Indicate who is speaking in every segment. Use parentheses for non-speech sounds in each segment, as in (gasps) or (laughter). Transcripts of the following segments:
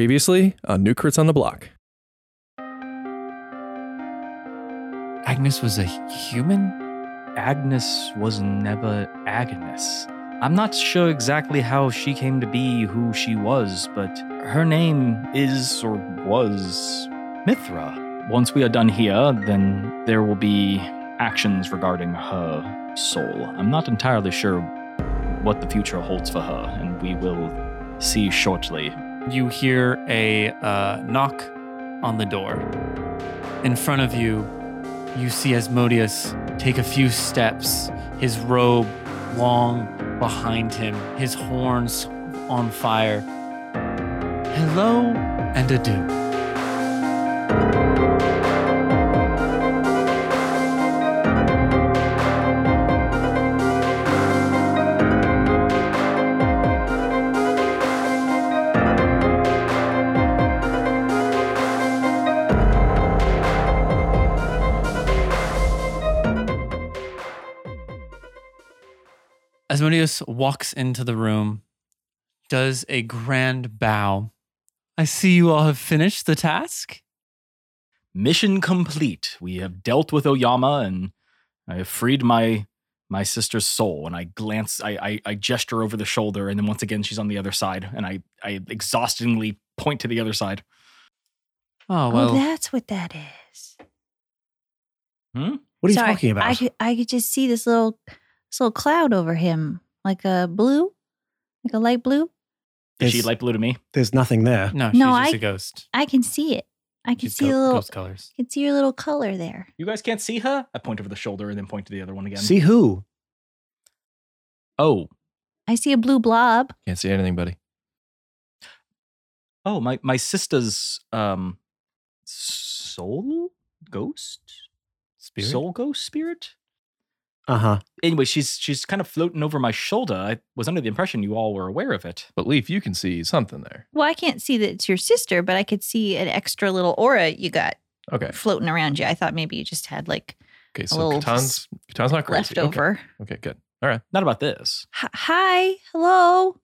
Speaker 1: Previously on Newkerts on the Block.
Speaker 2: Agnes was a human?
Speaker 3: Agnes was never Agnes. I'm not sure exactly how she came to be who she was, but her name is or was Mithra. Once we are done here, then there will be actions regarding her soul. I'm not entirely sure what the future holds for her, and we will see shortly.
Speaker 2: You hear a uh, knock on the door. In front of you, you see Asmodeus take a few steps, his robe long behind him, his horns on fire. Hello and adieu. Asmodeus walks into the room, does a grand bow. I see you all have finished the task.
Speaker 3: mission complete. We have dealt with Oyama and I have freed my my sister's soul. And I glance, I, I, I gesture over the shoulder, and then once again she's on the other side, and I, I exhaustingly point to the other side.
Speaker 2: Oh,
Speaker 4: Oh,
Speaker 2: well,
Speaker 4: that's what that is.
Speaker 5: What are you
Speaker 4: Sorry,
Speaker 5: talking about?
Speaker 4: I could, I could just see this little this little cloud over him, like a blue, like a light blue.
Speaker 3: Is she
Speaker 5: It's-
Speaker 3: light blue to me?
Speaker 5: There's nothing there.
Speaker 2: no, she's
Speaker 4: No,
Speaker 2: just
Speaker 4: I-
Speaker 2: a ghost.
Speaker 4: I can see it. I can
Speaker 2: She's
Speaker 4: see
Speaker 2: go-
Speaker 4: a little.
Speaker 2: ghost colors.
Speaker 4: I can see your little color there.
Speaker 3: You guys can't see her? I point over the shoulder and then point to the other one again.
Speaker 5: See who?
Speaker 3: Oh,
Speaker 4: I see a blue blob.
Speaker 1: Can't see anything, buddy.
Speaker 3: oh, my, my sister's um soul ghost?
Speaker 2: Spirit?
Speaker 3: Soul ghost spirit?
Speaker 5: Uh huh.
Speaker 3: Anyway, she's she's kind of floating over my shoulder. I was under the impression you all were aware of it.
Speaker 1: But Leaf, you can see something there.
Speaker 4: Well, I can't see that it's your sister, but I could see an extra little aura you got
Speaker 1: Okay.
Speaker 4: floating around you. I thought maybe you just had like
Speaker 1: Okay. So
Speaker 4: little
Speaker 1: Katan's Katan's not crazy.
Speaker 4: left over.
Speaker 1: Okay. okay. Good. All right.
Speaker 3: Not about this.
Speaker 4: H- Hi, hello.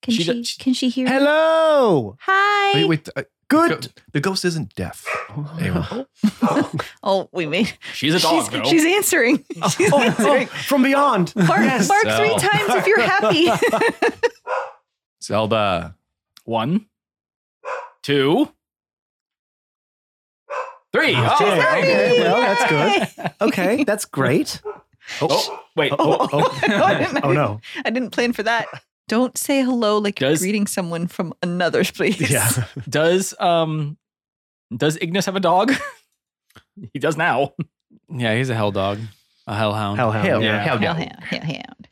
Speaker 4: Can
Speaker 3: She
Speaker 4: she,
Speaker 3: do- she-
Speaker 4: can she hear? you?
Speaker 5: Hello.
Speaker 4: Hi.
Speaker 1: Wait. Wait. uh,
Speaker 5: Good. (laughs)
Speaker 1: go- the ghost isn't deaf. Anyway.
Speaker 4: Oh, we made.
Speaker 3: She's a dog,
Speaker 4: (laughs) she's,
Speaker 3: though.
Speaker 4: she's answering. She's
Speaker 5: Oh,
Speaker 4: answering.
Speaker 5: oh, from beyond.
Speaker 4: (laughs) Bark,
Speaker 5: Yes.
Speaker 4: bark three
Speaker 1: So-
Speaker 4: times if you're happy. (laughs)
Speaker 1: Zelda.
Speaker 3: One, two, three.
Speaker 5: Oh,
Speaker 3: Oh,
Speaker 5: Jay,
Speaker 3: okay.
Speaker 5: okay, well, that's good.
Speaker 4: Yay.
Speaker 5: Okay, that's great.
Speaker 3: Oh, (laughs) wait.
Speaker 4: Oh,
Speaker 3: Oh, oh.
Speaker 4: (laughs) I didn't-
Speaker 5: Oh no.
Speaker 4: I didn't plan for that. Don't say hello like
Speaker 3: Does-
Speaker 4: you're greeting someone from another's place. (laughs)
Speaker 5: Yeah.
Speaker 3: Does um, does Ignis have a dog? (laughs) he does now.
Speaker 2: Yeah, he's a hell dog, a hellhound.
Speaker 5: Hellhound.
Speaker 1: Hell
Speaker 3: yeah.
Speaker 1: Hell yeah.
Speaker 4: Hellhound, hellhound.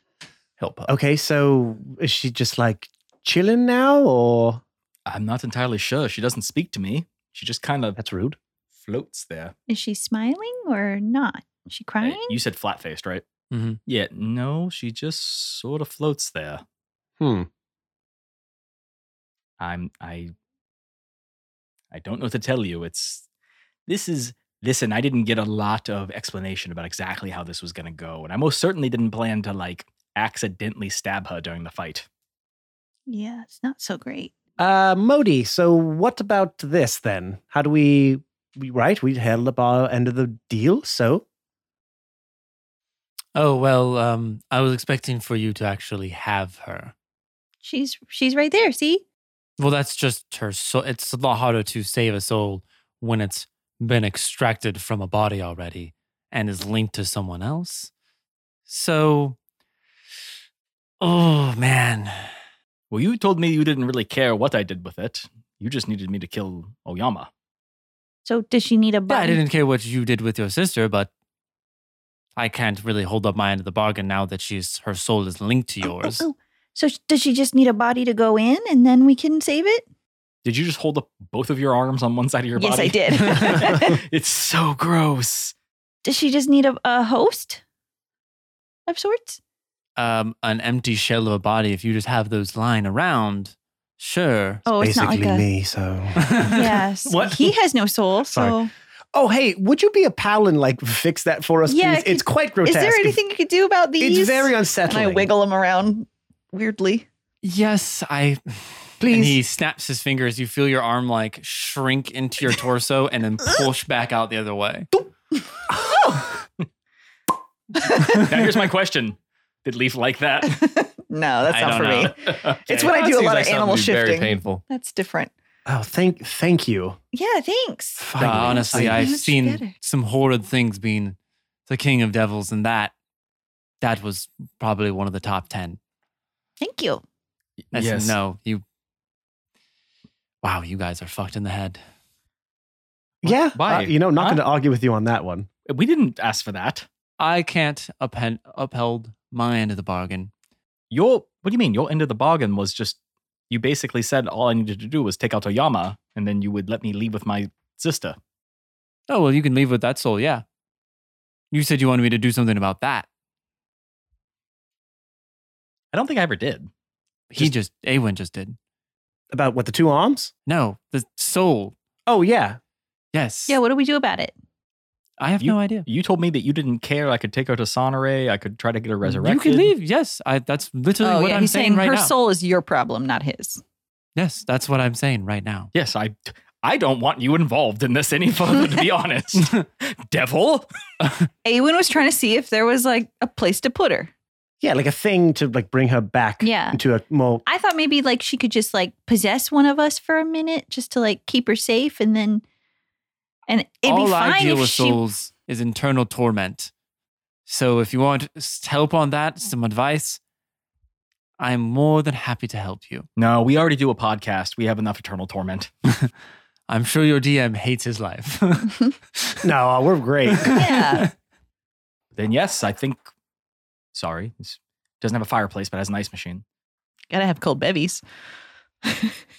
Speaker 1: Help up.
Speaker 5: Okay, so is she just like chilling now, or
Speaker 3: I'm not entirely sure. She doesn't speak to me. She just kind of
Speaker 5: that's rude?
Speaker 3: floats there.
Speaker 4: Is she smiling or not? Is she
Speaker 3: Hey,
Speaker 4: crying?
Speaker 3: You said flat faced, right?
Speaker 2: Mhm.
Speaker 3: Yeah. No, she just sort of floats there.
Speaker 5: Hmm.
Speaker 3: I'm I I don't know what to tell you. It's this is listen, I didn't get a lot of explanation about exactly how this was gonna go, and I most certainly didn't plan to like accidentally stab her during the fight.
Speaker 4: yeah, it's not so great.
Speaker 5: Uh, Modi. So what about this then? How do we? we right, we held up our end of the deal. So
Speaker 2: Oh, well, um, I was expecting for you to actually have her.
Speaker 4: She's she's right there. See,
Speaker 2: Well, that's just her soul. It's a lot harder to save a soul when it's been extracted from a body already and is linked to someone else. So, oh man,
Speaker 3: Well, you told me you didn't really care what I did with it. You just needed me to kill Oyama.
Speaker 4: so does she need a
Speaker 2: but I
Speaker 4: button?
Speaker 2: didn't care what you did with your sister, but I can't really hold up my end of the bargain now that she's her soul is linked to
Speaker 4: Oh, oh,
Speaker 2: (laughs) yours.
Speaker 4: oh. So sh- does she just need a body to go in, and then we can save it?
Speaker 3: Did you just hold up both of your arms on one side of your
Speaker 4: Yes,
Speaker 3: body?
Speaker 4: I did.
Speaker 3: (laughs) it's so gross.
Speaker 4: Does she just need a, a host of sorts?
Speaker 2: Um, an empty shell of a body. If you just have those lying around, sure.
Speaker 4: Oh, it's not
Speaker 5: basically
Speaker 4: like a
Speaker 5: me. So
Speaker 4: (laughs) yes.
Speaker 5: What?
Speaker 4: He has no soul, so
Speaker 5: Sorry. oh hey, would you be a pal and like fix that for us,
Speaker 4: Yeah,
Speaker 5: please?
Speaker 4: could-
Speaker 5: it's quite
Speaker 4: is
Speaker 5: grotesque.
Speaker 4: there anything you could do about these?
Speaker 5: It's very
Speaker 4: and
Speaker 5: unsettling.
Speaker 4: I wiggle him around weirdly.
Speaker 2: Yes, I.
Speaker 5: Please.
Speaker 2: And he snaps his fingers. You feel your arm like shrink into your torso and then push back out the other way.
Speaker 3: now here's my question: Did Leaf like
Speaker 4: (laughs)
Speaker 3: that?
Speaker 6: (laughs) no, that's
Speaker 2: I
Speaker 6: not
Speaker 2: don't
Speaker 6: for me.
Speaker 2: know.
Speaker 3: (laughs)
Speaker 6: It's when I do a
Speaker 1: Seems
Speaker 6: lot
Speaker 1: like
Speaker 6: of
Speaker 1: something
Speaker 6: animal
Speaker 1: would be Very
Speaker 6: shifting.
Speaker 1: painful.
Speaker 6: That's different.
Speaker 5: oh, thank thank you.
Speaker 6: Yeah, thanks.
Speaker 2: Nah,
Speaker 5: Finally.
Speaker 2: honestly,
Speaker 4: I-
Speaker 2: I've
Speaker 4: Much
Speaker 2: seen
Speaker 4: better.
Speaker 2: some horrid things being the king of devils, and that that was probably one of the top ten.
Speaker 4: Thank you.
Speaker 2: That's
Speaker 3: Yes.
Speaker 2: no, you Wow, you guys are fucked in the head.
Speaker 5: yeah.
Speaker 3: Why?
Speaker 5: uh, you know, not
Speaker 3: Huh?
Speaker 5: going to argue with you on that one.
Speaker 3: We didn't ask for that.
Speaker 2: I can't upend, upheld my end of the bargain.
Speaker 3: Your what do you mean? Your end of the bargain was just you basically said all I needed to do was take out Oyama, and then you would let me leave with my sister.
Speaker 2: Oh well, you can leave with that soul. Yeah, you said you wanted me to do something about that.
Speaker 3: I don't think I ever did.
Speaker 2: He just Awen just did.
Speaker 5: About what the two arms?
Speaker 2: No, the soul.
Speaker 5: Oh yeah.
Speaker 2: Yes.
Speaker 4: Yeah, what do we do about it?
Speaker 2: I have no idea.
Speaker 3: You told me that you didn't care. I could take her to Sonore. I could try to get her
Speaker 2: You
Speaker 3: resurrected.
Speaker 2: can leave. Yes, I. That's literally
Speaker 6: oh,
Speaker 2: what
Speaker 6: yeah,
Speaker 2: I'm
Speaker 6: he's
Speaker 2: saying, right
Speaker 6: her
Speaker 2: now.
Speaker 6: soul is your problem, not his.
Speaker 2: Yes, that's what I'm saying right now.
Speaker 3: Yes, I. I don't want you involved in this any further. To be honest, devil.
Speaker 6: Awen was trying to see if there was like a place to put her.
Speaker 5: Yeah, like a thing to like bring her back
Speaker 4: Yeah.
Speaker 5: into a more
Speaker 4: I thought maybe like she could just like possess one of us for a minute just to like keep her safe and then and it'd
Speaker 2: All
Speaker 4: be
Speaker 2: I
Speaker 4: fine
Speaker 2: deal
Speaker 4: if
Speaker 2: with
Speaker 4: she (laughs)
Speaker 2: souls is internal torment. So if you want s- help on that, some advice, I'm more than happy to help you.
Speaker 3: No, we already do a podcast. We have enough eternal torment.
Speaker 2: I'm sure your DM hates his life. (laughs)
Speaker 5: No, uh,
Speaker 4: (laughs)
Speaker 5: we're great. (laughs)
Speaker 6: Yeah.
Speaker 3: Then yes, I think. Sorry, this doesn't have a fireplace, but has an ice machine.
Speaker 6: (laughs) Gotta have cold bevies.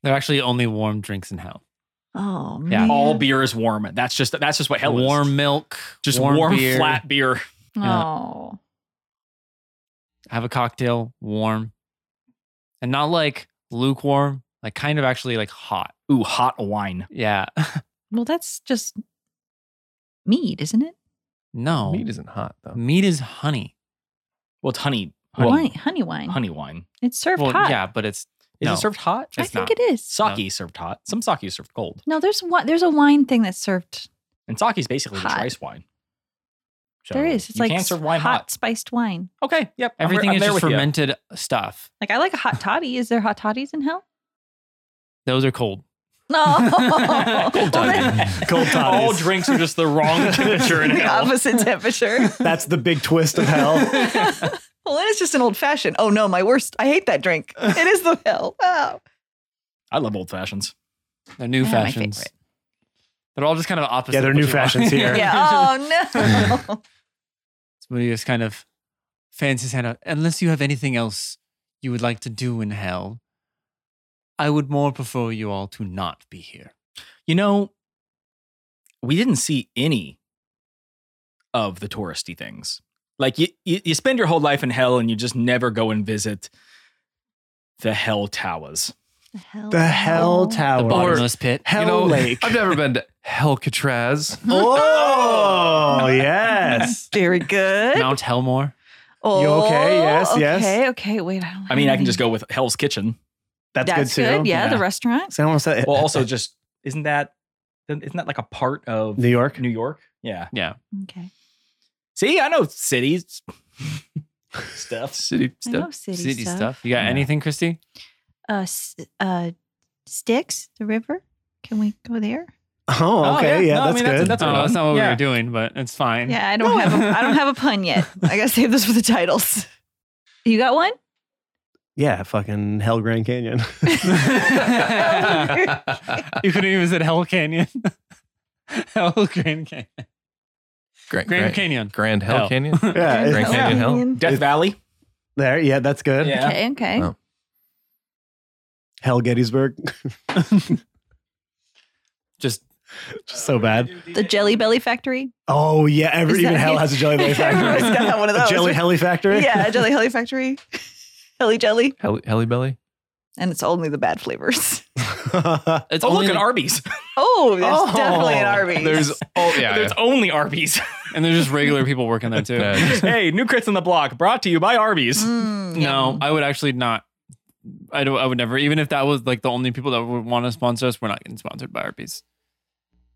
Speaker 2: They're actually only warm drinks in hell.
Speaker 6: Oh
Speaker 2: Yeah.
Speaker 6: man.
Speaker 3: All beer is warm. That's just that's just what hell is.
Speaker 2: warm milk,
Speaker 3: just warm,
Speaker 2: warm, beer,
Speaker 3: flat beer.
Speaker 2: yeah.
Speaker 6: Oh.
Speaker 2: Have a cocktail, warm, and not like lukewarm, like kind of actually like hot.
Speaker 3: Ooh, hot wine.
Speaker 2: Yeah, (laughs)
Speaker 6: Well, that's just mead, isn't it?
Speaker 2: no,
Speaker 1: Meat isn't hot though.
Speaker 2: meat is honey.
Speaker 3: Well, it's honey, honey,
Speaker 4: wine, honey wine.
Speaker 3: honey wine.
Speaker 4: It's served
Speaker 2: Well,
Speaker 4: hot.
Speaker 2: yeah, but it's
Speaker 3: Is
Speaker 2: No.
Speaker 3: it served hot?
Speaker 4: I
Speaker 2: it's
Speaker 4: think
Speaker 2: not.
Speaker 4: it is.
Speaker 3: Sake is served hot. Some sake is served cold,
Speaker 4: No, there's one there's a wine thing that's served.
Speaker 3: and sake is basically just
Speaker 4: Hot.
Speaker 3: rice wine. So
Speaker 4: there is. It's
Speaker 3: you
Speaker 4: like
Speaker 3: can serve wine
Speaker 4: hot,
Speaker 3: hot.
Speaker 4: spiced wine.
Speaker 3: Okay, yep. I'm-
Speaker 2: everything
Speaker 3: I'm
Speaker 2: is
Speaker 3: there
Speaker 2: just
Speaker 3: with you.
Speaker 2: fermented stuff.
Speaker 4: Like I like a hot toddy. Is there hot toddies in hell?
Speaker 2: Those are cold.
Speaker 4: No.
Speaker 3: (laughs)
Speaker 2: Cold
Speaker 4: (laughs) Well,
Speaker 2: toddy.
Speaker 4: then-
Speaker 5: Cold toddies.
Speaker 3: All drinks are just the wrong (laughs) temperature
Speaker 5: (laughs)
Speaker 3: in
Speaker 6: the
Speaker 3: hell.
Speaker 6: opposite temperature.
Speaker 5: That's the big twist of
Speaker 4: (laughs)
Speaker 5: hell.
Speaker 6: well, then it's just an old fashioned. Oh no, my worst. I hate that drink. It is the hell.
Speaker 4: Oh.
Speaker 6: Wow.
Speaker 3: I love old fashions.
Speaker 2: They're new
Speaker 4: They're my
Speaker 2: fashions.
Speaker 4: favorite.
Speaker 2: They're all just kind of opposite.
Speaker 5: Yeah, they're
Speaker 2: of
Speaker 5: new
Speaker 2: what you want. (laughs)
Speaker 5: fashions here.
Speaker 6: Yeah. Oh no.
Speaker 2: Somebody just kind of fans his hand out. Unless you have anything else you would like to do in hell, I would more prefer you all to not be here.
Speaker 3: You know, we didn't see any of the touristy things. Like you, you, you spend your whole life in hell and you just never go and visit the hell towers.
Speaker 4: the hell.
Speaker 5: The Hell
Speaker 4: Oh.
Speaker 2: The
Speaker 5: Tower.
Speaker 2: bottomless pit.
Speaker 5: Hell
Speaker 1: you know,
Speaker 3: (laughs)
Speaker 5: Lake.
Speaker 1: I've never been to Helcatraz. (laughs)
Speaker 5: Oh, yes.
Speaker 6: Very good.
Speaker 2: Mount Helmore.
Speaker 6: Oh,
Speaker 5: You okay? Yes,
Speaker 6: okay,
Speaker 5: yes.
Speaker 6: Okay. Wait. I, don't
Speaker 3: I mean, I can just go with Hell's Kitchen.
Speaker 5: That's,
Speaker 6: That's
Speaker 5: good too.
Speaker 6: Yeah,
Speaker 3: Yeah.
Speaker 6: The restaurant.
Speaker 5: So I almost said
Speaker 3: Well,
Speaker 5: (laughs)
Speaker 3: also just isn't that isn't that like a part of
Speaker 5: New York.
Speaker 3: New York? Yeah.
Speaker 2: Yeah.
Speaker 4: Okay.
Speaker 3: See, I know cities stuff.
Speaker 1: City
Speaker 4: I
Speaker 1: stuff. (laughs)
Speaker 4: know city,
Speaker 2: City
Speaker 4: stuff.
Speaker 2: stuff. You got
Speaker 3: Yeah.
Speaker 2: anything, Christy?
Speaker 4: Uh, s- uh, Styx, the river. Can we go there?
Speaker 5: Oh, okay.
Speaker 3: yeah.
Speaker 5: yeah,
Speaker 3: No, I
Speaker 5: that's
Speaker 3: mean,
Speaker 5: good.
Speaker 3: that's-
Speaker 2: Oh, that's not what we
Speaker 3: Yeah.
Speaker 2: were doing, but it's fine.
Speaker 4: Yeah, I
Speaker 5: (laughs)
Speaker 4: don't have. A, I don't have a pun yet.
Speaker 6: I gotta save this for the titles.
Speaker 4: You got
Speaker 5: (laughs)
Speaker 4: one? (laughs)
Speaker 5: yeah, fucking Hell Grand Canyon.
Speaker 2: you could have even said Hell Canyon. (laughs) Hell Grand Canyon.
Speaker 1: Grand,
Speaker 2: Grand
Speaker 1: Grand,
Speaker 2: Canyon.
Speaker 1: Grand Hell,
Speaker 2: Hell.
Speaker 1: Canyon. (laughs)
Speaker 5: yeah,
Speaker 1: Grand
Speaker 5: it's-
Speaker 1: Canyon Hell.
Speaker 3: Death
Speaker 5: It-
Speaker 3: Valley.
Speaker 5: There, yeah, that's good.
Speaker 3: Yeah.
Speaker 4: Okay. Okay.
Speaker 1: Oh.
Speaker 5: Hell Gettysburg. (laughs)
Speaker 2: Just
Speaker 5: so bad.
Speaker 4: The Jelly Belly Factory.
Speaker 5: Oh yeah, every,
Speaker 4: Is
Speaker 5: even
Speaker 4: that-
Speaker 5: hell has a (laughs)
Speaker 4: (laughs)
Speaker 5: jelly belly
Speaker 6: Everyone's
Speaker 5: factory.
Speaker 6: got to have one of
Speaker 5: a
Speaker 6: those.
Speaker 5: jelly helly factory.
Speaker 6: Yeah, a jelly helly
Speaker 4: (laughs)
Speaker 6: factory. Helly jelly,
Speaker 1: Heli, Heli Belly.
Speaker 6: and it's only the bad
Speaker 4: (laughs)
Speaker 6: flavors.
Speaker 2: it's
Speaker 3: oh,
Speaker 2: only
Speaker 3: look, an
Speaker 2: like-
Speaker 3: Arby's.
Speaker 6: Oh, (laughs) there's
Speaker 5: Oh,
Speaker 6: definitely an Arby's.
Speaker 1: There's oh yeah.
Speaker 3: There's only Arby's. (laughs)
Speaker 2: and there's just regular people working there too.
Speaker 1: yeah.
Speaker 5: (laughs)
Speaker 3: hey, new crits on the block brought to you by Arby's.
Speaker 6: Mm,
Speaker 2: No,
Speaker 6: yum.
Speaker 2: I would actually not I don't. I would never. Even if that was like the only people that would want to sponsor us, we're not getting sponsored by Arby's.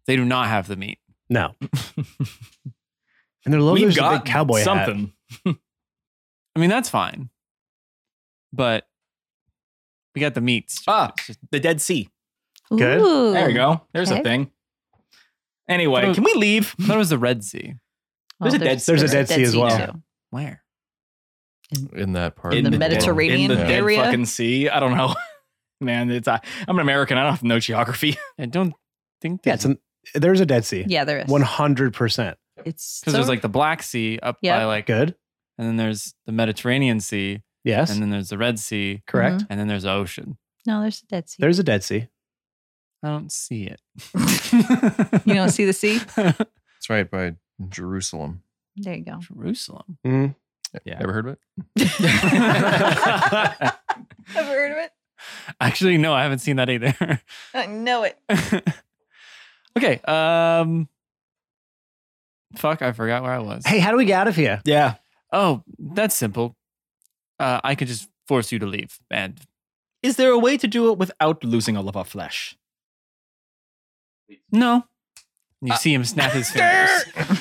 Speaker 2: They do not have the meat.
Speaker 5: (laughs) No. And their logo is a big cowboy hat.
Speaker 3: something.
Speaker 2: I mean, that's fine, but we got the meats.
Speaker 5: Oh.
Speaker 3: Ah, the Dead Sea.
Speaker 5: Good.
Speaker 4: Ooh.
Speaker 3: There we go. There's
Speaker 4: Okay.
Speaker 3: a thing. Anyway, can we leave?
Speaker 2: I thought it was the Red Sea.
Speaker 4: Well,
Speaker 3: There's a dead-
Speaker 5: there's a Dead Sea as well.
Speaker 4: too.
Speaker 2: Where?
Speaker 1: in that part.
Speaker 6: In
Speaker 1: of
Speaker 6: the
Speaker 1: world.
Speaker 6: Mediterranean.
Speaker 3: in the
Speaker 6: area?
Speaker 3: dead fucking sea. I don't know, (laughs) man. It's I, I'm an American. I don't have to know
Speaker 6: (laughs)
Speaker 3: geography.
Speaker 2: I don't think.
Speaker 5: Yeah, it's an, there's a Dead Sea.
Speaker 6: Yeah, there is.
Speaker 5: One hundred percent.
Speaker 6: It's
Speaker 2: because there's like the Black Sea up
Speaker 6: Yeah.
Speaker 2: by like,
Speaker 5: Good.
Speaker 2: and then there's the Mediterranean Sea,
Speaker 5: Yes.
Speaker 2: and then there's the Red Sea,
Speaker 5: Correct.
Speaker 2: and then there's the ocean.
Speaker 4: No, there's a Dead Sea.
Speaker 5: There's a Dead Sea. (laughs)
Speaker 2: I don't see it.
Speaker 6: you don't see the sea.
Speaker 2: (laughs)
Speaker 1: It's right by Jerusalem.
Speaker 4: there you go.
Speaker 2: Jerusalem.
Speaker 3: Yeah.
Speaker 1: Ever heard of it?
Speaker 6: Have you heard of it?
Speaker 2: Actually, no, I haven't seen that either. (laughs)
Speaker 6: I know
Speaker 5: (laughs)
Speaker 6: it.
Speaker 2: okay. Um. Fuck, I forgot where I was.
Speaker 5: Hey, how do we get out of here?
Speaker 3: Yeah,
Speaker 2: Oh, that's simple. Uh, I could just force you to leave, and
Speaker 3: is there a way to do it without losing all of our flesh?
Speaker 2: no. You see him
Speaker 3: (laughs)
Speaker 2: snap his fingers.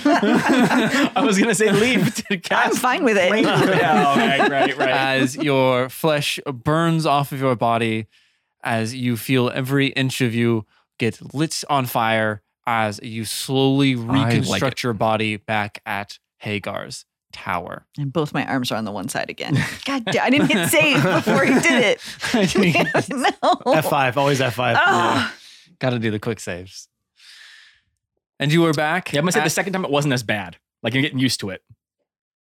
Speaker 3: I was gonna say leave to
Speaker 6: I'm
Speaker 3: cast.
Speaker 6: fine Uh, with it.
Speaker 3: Wait. (laughs) Yeah, okay, right, right.
Speaker 2: (laughs) as your flesh burns off of your body, as you feel every inch of you get lit on fire, as you slowly
Speaker 1: like
Speaker 2: reconstruct
Speaker 1: it.
Speaker 2: your body back at Hagar's tower.
Speaker 6: (laughs)
Speaker 2: (laughs)
Speaker 6: And both my arms are on the one side
Speaker 5: (laughs)
Speaker 6: again. God damn, I didn't hit save before he did
Speaker 2: I
Speaker 3: (laughs)
Speaker 2: mean,
Speaker 6: it. (laughs) no.
Speaker 5: F five, always F five.
Speaker 4: Oh.
Speaker 6: Ah.
Speaker 2: gotta do the quick saves. And you were back.
Speaker 3: Yeah, I'm gonna say
Speaker 2: at-
Speaker 3: the second time it wasn't as bad. Like you're getting used to it.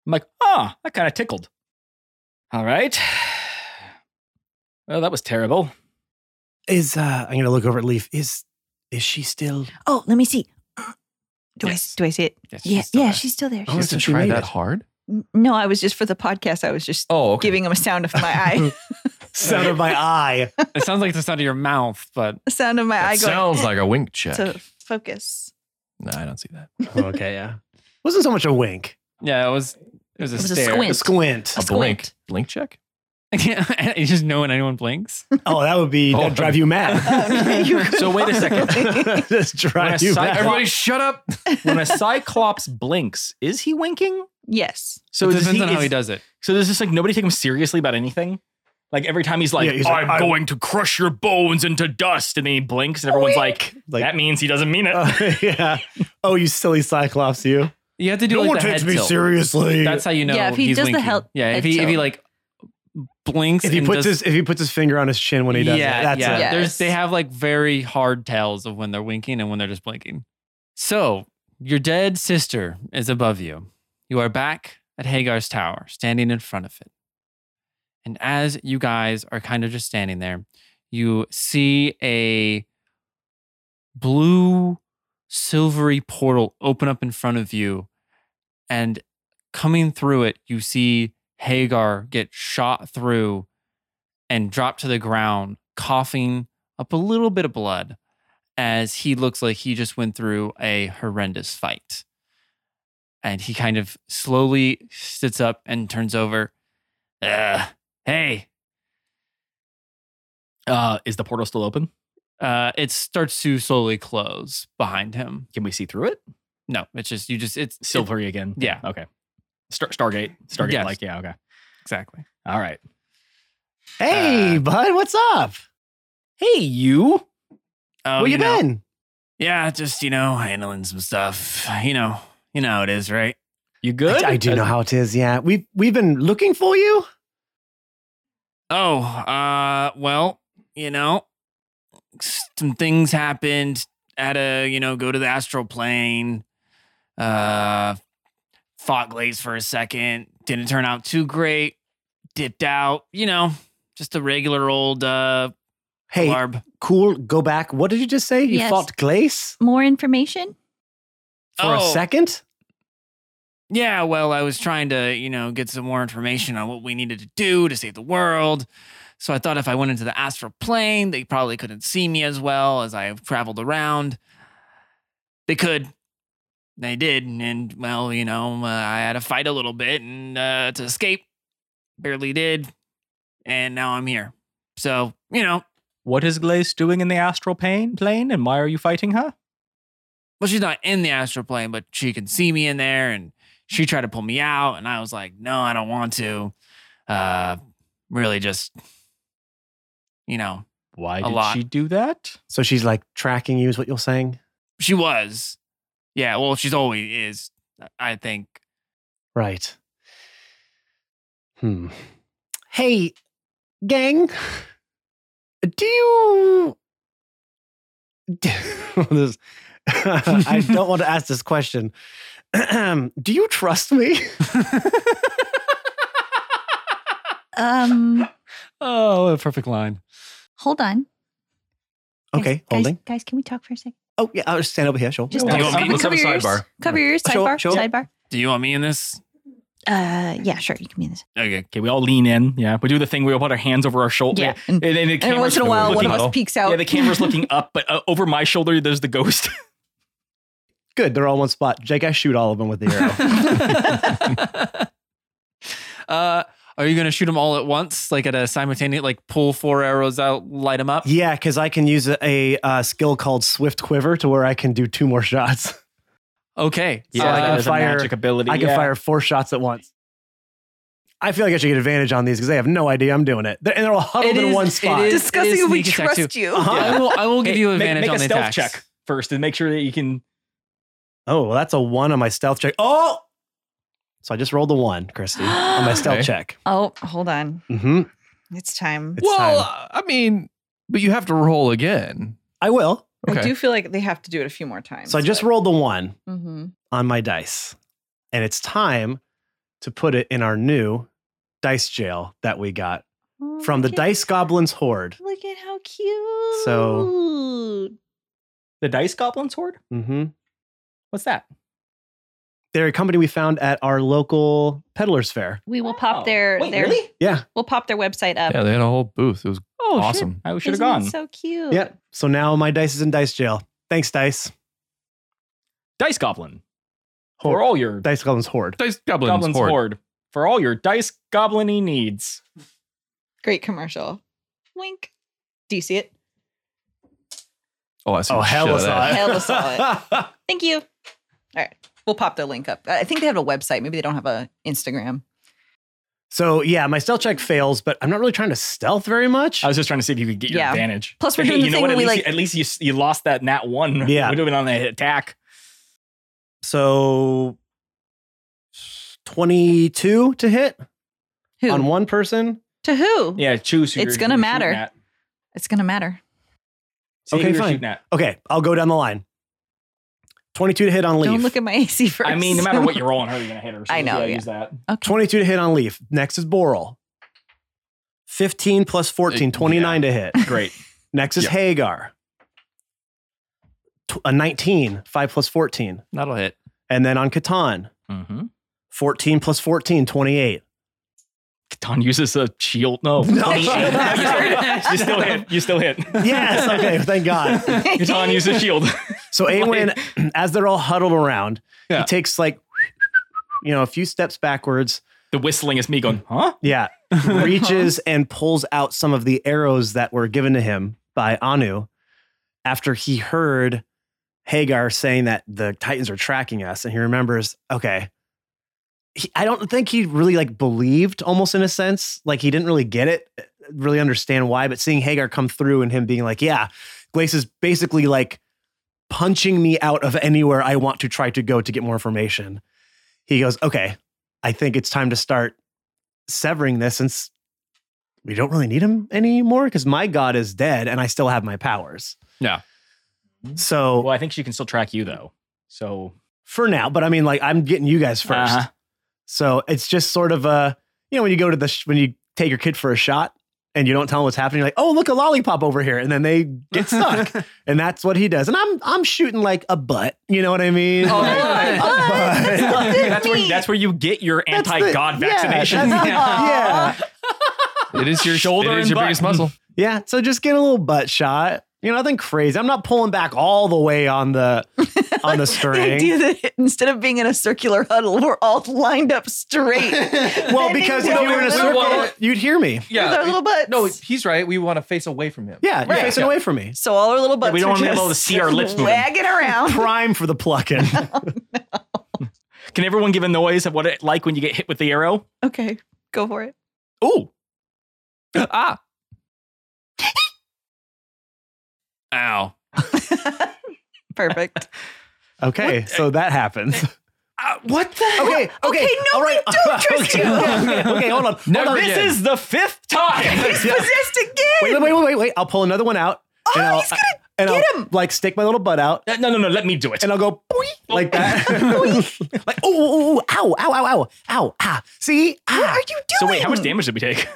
Speaker 3: I'm like, ah, that kind of tickled. All right. Well, that was
Speaker 2: (laughs)
Speaker 3: terrible.
Speaker 5: Is uh I'm gonna look over at Leaf. Is is she still
Speaker 4: Oh, let me see. Do
Speaker 2: Yes.
Speaker 4: I do I see it?
Speaker 2: Yes,
Speaker 4: yeah,
Speaker 2: still
Speaker 4: yeah,
Speaker 2: there.
Speaker 4: she's still there.
Speaker 1: She
Speaker 5: Oh,
Speaker 4: She's-
Speaker 1: has
Speaker 5: so
Speaker 1: to
Speaker 5: she
Speaker 1: try
Speaker 5: made
Speaker 1: that
Speaker 5: it.
Speaker 1: hard.
Speaker 4: no, I was just for the podcast. I was just
Speaker 1: Oh, okay.
Speaker 6: Giving him a sound of
Speaker 5: (laughs)
Speaker 6: my eye.
Speaker 5: sound of my eye?
Speaker 2: It sounds like the sound of your mouth, but
Speaker 6: A sound of my
Speaker 1: That
Speaker 6: eye going. (laughs)
Speaker 1: sounds like a wink check.
Speaker 6: to focus.
Speaker 1: no, I don't see that.
Speaker 5: okay, yeah. Wasn't so much a wink.
Speaker 2: yeah, it was it was a
Speaker 4: It was a
Speaker 2: stare.
Speaker 5: A
Speaker 4: squint.
Speaker 5: squint.
Speaker 1: A blink. Blink check.
Speaker 2: (laughs) Yeah, you just know when anyone blinks.
Speaker 5: Oh, that would be that'd drive you mad.
Speaker 3: (laughs)
Speaker 2: (laughs)
Speaker 3: So wait a second.
Speaker 5: (laughs) Just
Speaker 3: When a
Speaker 5: drive you
Speaker 3: side-
Speaker 5: mad.
Speaker 1: Everybody, shut up.
Speaker 3: (laughs) when a cyclops blinks, is he winking?
Speaker 6: yes.
Speaker 3: So
Speaker 2: it
Speaker 3: does
Speaker 2: depends
Speaker 3: he-
Speaker 2: on how
Speaker 3: is-
Speaker 2: he does it.
Speaker 3: So does this like nobody take him seriously about anything? Like every time he's like,
Speaker 5: Yeah, he's like,
Speaker 3: I'm,
Speaker 5: "I'm-
Speaker 3: going to crush your bones into dust, and then he blinks, and everyone's like,
Speaker 5: Like-
Speaker 3: that means he doesn't mean it.
Speaker 5: Uh, (laughs) yeah. Oh, you silly Cyclops, you.
Speaker 2: You have to do like the head tilt.
Speaker 5: seriously.
Speaker 2: That's how you know.
Speaker 4: Yeah, if he
Speaker 2: he's
Speaker 4: does the
Speaker 2: winking.
Speaker 4: hel-
Speaker 2: yeah, if
Speaker 4: head
Speaker 2: he if he
Speaker 4: tilt.
Speaker 2: like blinks,
Speaker 5: if he
Speaker 2: and
Speaker 5: puts
Speaker 2: does,
Speaker 5: his if he puts his finger on his chin when he does
Speaker 2: yeah,
Speaker 5: it. That's
Speaker 2: yeah.
Speaker 5: it.
Speaker 6: it.
Speaker 2: There's
Speaker 6: Yes.
Speaker 2: they have like very hard tells of when they're winking and when they're just blinking. So your dead sister is above you. You are back at Hagar's tower, standing in front of it. And as you guys are kind of just standing there, you see a blue, silvery portal open up in front of you. And coming through it, you see Hagar get shot through and drop to the ground, coughing up a little bit of blood as he looks like he just went through a horrendous fight. And he kind of slowly sits up and turns over. "Ugh, hey,
Speaker 3: Uh, is the portal still open?
Speaker 2: uh, it starts to slowly close behind him.
Speaker 3: Can we see through it?
Speaker 2: No, it's just you just it's
Speaker 3: Silvery again.
Speaker 2: yeah.
Speaker 3: Okay. Star- Stargate. Stargate.
Speaker 2: Yes.
Speaker 3: Like yeah. Okay.
Speaker 2: exactly.
Speaker 3: All right.
Speaker 5: Hey,
Speaker 2: Uh,
Speaker 5: bud, what's up?
Speaker 3: Hey, you.
Speaker 2: Oh,
Speaker 5: Where you,
Speaker 2: know,
Speaker 5: been?
Speaker 2: Yeah, just you know, handling some stuff. You know, you know how it is, right?
Speaker 3: You good?
Speaker 5: I, I do know how it is. Yeah, we've we've been looking for you.
Speaker 2: Oh, uh, well, you know, some things happened. Had to, you know, go to the astral plane. Uh, fog glaze for a second. Didn't turn out too great. Dipped out. You know, just a regular old uh,
Speaker 5: Hey,
Speaker 2: larb.
Speaker 5: cool. Go back. What did you just say? You
Speaker 4: Yes.
Speaker 5: fought Glace
Speaker 4: more information.
Speaker 5: for a
Speaker 2: Oh.
Speaker 5: second.
Speaker 2: Yeah, well, I was trying to, you know, get some more information on what we needed to do to save the world. So I thought if I went into the astral plane, they probably couldn't see me as well as I traveled around. They could. They did. And, well, you know, uh, I had to fight a little bit and uh, to escape. Barely did. And now I'm here. So, you know,
Speaker 3: What is Glace doing in the astral pain, plane, and why are you fighting her?
Speaker 2: well, she's not in the astral plane, but she can see me in there. And she tried to pull me out. And I was like, no, I don't want to. Uh, really just, you know,
Speaker 3: Why
Speaker 2: A
Speaker 3: did
Speaker 2: lot.
Speaker 3: she do that?
Speaker 5: So she's like tracking you, is what you're saying?
Speaker 2: she was. Yeah. Well, she's always is, I think.
Speaker 5: Right. Hmm. Hey, gang. Do you? (laughs) This- (laughs) I don't want to ask this question. (clears throat) Do you trust me?
Speaker 4: Um,
Speaker 2: Oh, a perfect line.
Speaker 4: hold on. Guys-
Speaker 5: Okay,
Speaker 4: guys,
Speaker 5: holding.
Speaker 4: Guys, can we talk for a second?
Speaker 5: Oh yeah, I'll just stand over here. Sure.
Speaker 4: Just
Speaker 2: Do you want me-
Speaker 4: cover,
Speaker 1: let's have
Speaker 4: cover
Speaker 1: a
Speaker 4: your ears.
Speaker 1: sidebar.
Speaker 4: Cover your ears.
Speaker 5: Sure,
Speaker 4: Sidebar.
Speaker 5: sure.
Speaker 4: Sidebar.
Speaker 2: Do you want me in this?
Speaker 4: Uh, yeah, sure. You can be in this.
Speaker 2: Okay.
Speaker 3: Okay, we all lean in. Yeah, we do the thing where we put our hands over our shoulder.
Speaker 4: Yeah.
Speaker 3: and, and, the
Speaker 6: And once in a while, one of us
Speaker 3: looking-
Speaker 6: peeks out.
Speaker 3: Yeah, the camera's
Speaker 4: (laughs)
Speaker 3: looking up, but uh, over my shoulder, there's the ghost. (laughs)
Speaker 5: Good. They're all in one spot. Jake, I shoot all of them with the arrow.
Speaker 2: uh, are you gonna shoot them all at once, like at a simultaneous, like pull four arrows out, light them up?
Speaker 5: yeah, because I can use a, a uh, skill called Swift Quiver to where I can do two more (laughs) shots.
Speaker 2: Okay.
Speaker 5: Yeah,
Speaker 2: So,
Speaker 5: I
Speaker 2: uh,
Speaker 5: can fire-
Speaker 3: ability.
Speaker 5: I can
Speaker 3: yeah.
Speaker 5: fire four shots at once. I feel like I should get advantage on these because they have no idea I'm doing it. They're, and they're all huddled
Speaker 2: It
Speaker 5: in
Speaker 2: is-
Speaker 5: one
Speaker 2: it
Speaker 5: spot.
Speaker 2: is-
Speaker 6: discussing if we
Speaker 2: sneak attack,
Speaker 6: trust you.
Speaker 3: Uh-huh.
Speaker 2: I will. I will give
Speaker 3: Hey,
Speaker 2: you
Speaker 3: make-
Speaker 2: advantage
Speaker 3: make,
Speaker 2: on the
Speaker 3: a stealth
Speaker 2: attacks.
Speaker 3: check first and make sure that you can.
Speaker 5: Oh, well, that's a one on my stealth check. Oh, so I just rolled a one, Christy,
Speaker 2: (gasps)
Speaker 5: on my stealth
Speaker 1: Okay.
Speaker 5: check.
Speaker 6: Oh, hold on.
Speaker 5: hmm
Speaker 6: It's time.
Speaker 5: It's
Speaker 1: well,
Speaker 5: time.
Speaker 1: I mean, but you have to roll again.
Speaker 5: I will.
Speaker 1: Okay.
Speaker 6: I do feel like they have to do it a few more times.
Speaker 5: So I just rolled the one
Speaker 6: hmm
Speaker 4: mm-hmm.
Speaker 5: on my dice, and it's time to put it in our new dice jail that we got from the Dice Goblins Horde.
Speaker 4: Look at how cute.
Speaker 5: So-
Speaker 3: The dice goblin sword.
Speaker 5: Mm-hmm.
Speaker 3: What's that?
Speaker 5: They're a company we found at our local peddlers fair.
Speaker 4: we will pop
Speaker 3: Oh.
Speaker 4: their
Speaker 3: Wait,
Speaker 4: their
Speaker 3: really?
Speaker 5: Yeah,
Speaker 4: we'll pop their website up.
Speaker 1: Yeah, they had a whole booth. It was
Speaker 3: Oh, shit.
Speaker 1: Awesome.
Speaker 3: I should have
Speaker 4: Isn't it
Speaker 3: gone.
Speaker 4: So
Speaker 6: Oh.
Speaker 4: cute.
Speaker 5: yeah. So now my dice is in dice jail. Thanks, dice.
Speaker 3: dice goblin for
Speaker 5: Horde.
Speaker 3: all your
Speaker 5: Dice Goblins Horde.
Speaker 1: dice goblins,
Speaker 3: goblins
Speaker 1: horde.
Speaker 3: horde for all your dice gobliny needs.
Speaker 6: Great commercial. Wink. Do you see it?
Speaker 1: Oh, I see. the shit out of that.
Speaker 6: Hell, I saw
Speaker 5: it.
Speaker 4: Thank you.
Speaker 6: We'll pop the link up. I think they have a website. Maybe they don't have a Instagram.
Speaker 5: (laughs) So yeah, my stealth check fails, but I'm not really trying to stealth very much.
Speaker 3: I was just trying to see if you could get your
Speaker 6: Yeah.
Speaker 3: advantage.
Speaker 6: Plus, we're
Speaker 3: Hey,
Speaker 6: doing
Speaker 3: you
Speaker 6: the
Speaker 3: know
Speaker 6: thing
Speaker 3: what?
Speaker 6: where
Speaker 3: At
Speaker 6: we
Speaker 3: least,
Speaker 6: like.
Speaker 3: at least you s- you lost that nat one. (laughs)
Speaker 5: Yeah.
Speaker 3: we're doing it on the attack.
Speaker 5: So 22 to hit
Speaker 6: Who?
Speaker 5: on one person.
Speaker 6: to who?
Speaker 3: Yeah, choose. Who
Speaker 6: It's
Speaker 3: you're-
Speaker 6: gonna
Speaker 3: who you're
Speaker 6: matter.
Speaker 3: shooting at.
Speaker 6: It's going to matter.
Speaker 3: See who
Speaker 5: Okay,
Speaker 3: you're
Speaker 5: fine.
Speaker 3: shooting at.
Speaker 5: Okay, I'll go down the line. 22 to hit on leaf.
Speaker 6: Don't look at my (laughs) AC first.
Speaker 3: I mean, no
Speaker 6: (laughs)
Speaker 3: matter what you roll on her, you're gonna hit her. So
Speaker 6: I know,
Speaker 3: Yeah,
Speaker 6: yeah.
Speaker 3: Use that.
Speaker 5: 22 to hit on leaf. Next is Boral. 15 plus 14,
Speaker 1: Uh,
Speaker 5: 29 to hit.
Speaker 3: Great.
Speaker 5: Next is
Speaker 1: Yeah.
Speaker 5: Hagar. Tw- A 19, 5 plus 14.
Speaker 2: That'll hit.
Speaker 5: And then on Catan,
Speaker 3: mm-hmm.
Speaker 5: 14 plus 14, 28.
Speaker 3: Don uses a shield.
Speaker 5: (laughs)
Speaker 3: No,
Speaker 5: No.
Speaker 3: Tony shield. No, you, still
Speaker 5: (laughs)
Speaker 3: hit. you still hit. You still hit. (laughs)
Speaker 5: Yes, okay, thank God.
Speaker 3: Don uses shield.
Speaker 5: So Awen, (clears throat) as they're all huddled around,
Speaker 3: Yeah.
Speaker 5: he takes like you know a few steps backwards.
Speaker 3: The whistling is me going, huh?
Speaker 5: Yeah, reaches and pulls out some of the arrows that were given to him by Anu after he heard Hagar saying that the Titans are tracking us, and he remembers. Okay, he, I don't think he really like believed, almost in a sense, like he didn't really get it, really understand why. But seeing Hagar come through and him being like, "Yeah, Glace is basically like punching me out of anywhere I want to try to go to get more information. He goes, okay, I think it's time to start severing this since we don't really need him anymore because my god is dead and I still have my powers.
Speaker 1: Yeah.
Speaker 5: So
Speaker 3: Well, I think she can still track you though. So
Speaker 5: for now, but I mean, like I'm getting you guys 1st
Speaker 3: Uh-huh.
Speaker 5: So it's just sort of a, you know, when you go to the, sh- when you take your kid for a shot and you don't tell them what's happening, you're like, oh, look, a lollipop over here. And then they get stuck. and that's what he does. And I'm, I'm shooting like a butt. You know what I mean?
Speaker 3: Oh,
Speaker 5: Like,
Speaker 3: yeah.
Speaker 5: a butt.
Speaker 3: that's where that's where you get your
Speaker 5: That's the-
Speaker 3: anti-god
Speaker 5: yeah,
Speaker 3: vaccination.
Speaker 5: that's the- yeah.
Speaker 1: It is your
Speaker 3: Shoulder
Speaker 1: It is
Speaker 3: and
Speaker 1: your
Speaker 3: butt.
Speaker 1: biggest muscle.
Speaker 5: Yeah. So just get a little butt shot You know, nothing crazy. I'm not pulling back all the way on the on the
Speaker 6: The
Speaker 5: string.
Speaker 6: idea that instead of being in a circular huddle, we're all lined up
Speaker 5: (laughs)
Speaker 6: straight.
Speaker 5: well, because if you were in a
Speaker 1: We
Speaker 5: circle,
Speaker 1: wanna-
Speaker 5: you'd hear me.
Speaker 6: with our little butts.
Speaker 1: No, he's right. We want to face away from him.
Speaker 5: Yeah, you're
Speaker 6: Right.
Speaker 5: facing
Speaker 1: Yeah.
Speaker 5: away from me.
Speaker 6: So all our little butts
Speaker 2: we don't
Speaker 6: are
Speaker 2: wanna be
Speaker 6: just
Speaker 2: able to see our lips moving.
Speaker 6: wagging around.
Speaker 5: Prime for the plucking.
Speaker 3: Can everyone give a noise of what it like when you get hit with the arrow?
Speaker 6: okay, go for it.
Speaker 3: Ooh. ah.
Speaker 2: Ow.
Speaker 3: (laughs)
Speaker 6: Perfect.
Speaker 5: Okay, so that (laughs) happens.
Speaker 6: Uh,
Speaker 3: Ah, what the?
Speaker 5: Okay, okay,
Speaker 6: okay, no,
Speaker 5: all right.
Speaker 6: we
Speaker 5: (laughs)
Speaker 6: don't trust
Speaker 5: okay,
Speaker 6: you.
Speaker 5: okay, okay, hold (laughs) on. Hold
Speaker 1: Never
Speaker 5: on.
Speaker 1: again.
Speaker 3: This is the fifth
Speaker 6: (laughs)
Speaker 3: time.
Speaker 6: He's possessed
Speaker 5: Wait,
Speaker 6: again.
Speaker 5: wait, wait, wait, wait. I'll pull another one out.
Speaker 6: Oh,
Speaker 5: I'll,
Speaker 6: he's gonna
Speaker 5: and
Speaker 6: get
Speaker 5: I'll,
Speaker 6: him.
Speaker 5: Like stick my little butt out,
Speaker 3: Uh, No, no, no. Let me do it.
Speaker 5: and I'll go boing,
Speaker 6: (laughs)
Speaker 5: like that. (laughs) like oh, oh, oh, ow, ow, ow, ow, ow, ah. See,
Speaker 6: What
Speaker 5: ah.
Speaker 6: are you doing?
Speaker 3: uh, so wait, how much damage did we take?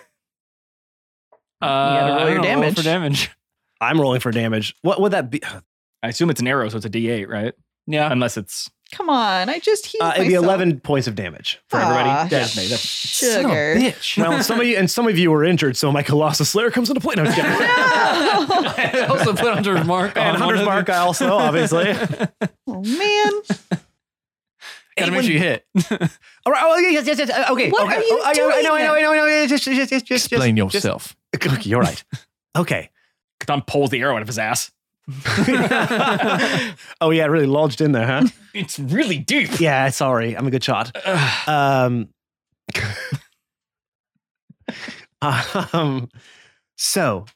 Speaker 2: Uh,
Speaker 6: gotta roll
Speaker 2: I
Speaker 6: your
Speaker 2: don't know,
Speaker 6: damage.
Speaker 2: for damage.
Speaker 5: I'm rolling for damage. What would that be?
Speaker 3: I assume it's an arrow, so it's a D8, right?
Speaker 2: Yeah.
Speaker 3: Unless it's
Speaker 6: Come on, I just healed
Speaker 5: Uh, it'd be
Speaker 6: myself.
Speaker 5: 11 points of damage.
Speaker 3: for everybody.
Speaker 6: Aw,
Speaker 3: That's me. That's
Speaker 1: Son of a
Speaker 6: Sugar.
Speaker 1: bitch.
Speaker 5: Well, and some of you and some of you were injured, so my Colossus Slayer comes into play. No, I'm just kidding. (laughs)
Speaker 6: oh,
Speaker 4: (laughs)
Speaker 2: I also put Hunter's mark on
Speaker 5: and
Speaker 2: one
Speaker 5: Hunter's
Speaker 2: of
Speaker 5: Mark, I also obviously. (laughs)
Speaker 4: Oh,
Speaker 6: man.
Speaker 2: Gotta make sure you hit.
Speaker 5: All right. Oh, yes, yes, yes. uh, Okay.
Speaker 6: What
Speaker 5: okay.
Speaker 6: are you
Speaker 5: oh, I, I know, I know, I know, I know. It's Just, just, just, just,
Speaker 1: Explain
Speaker 5: just, (laughs)
Speaker 1: yourself.
Speaker 5: Just, okay, you're (laughs) right. Okay.
Speaker 3: Katan pulls the arrow out of his ass.
Speaker 5: oh yeah, it really lodged in there, huh?
Speaker 3: It's really deep.
Speaker 5: (laughs) yeah. Sorry, I'm a good shot. Um. (laughs) um. So,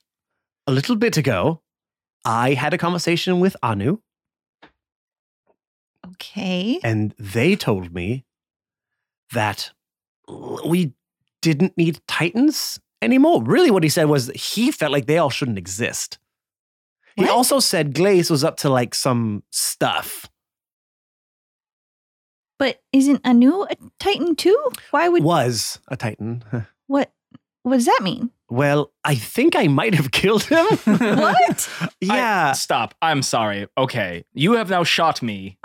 Speaker 5: a little bit ago, I had a conversation with Anu,
Speaker 4: Okay.
Speaker 5: and they told me that we didn't need titans anymore. Really, what he said was that he felt like they all shouldn't exist. He
Speaker 6: What?
Speaker 5: also said Glaze was up to like some stuff.
Speaker 4: But isn't Anu a Titan too? Why would
Speaker 5: was a titan. (laughs)
Speaker 4: what what does that mean?
Speaker 5: Well, I think I might have killed him.
Speaker 4: (laughs) What?
Speaker 5: (laughs) yeah.
Speaker 3: Stop. I'm sorry. Okay. You have now shot me.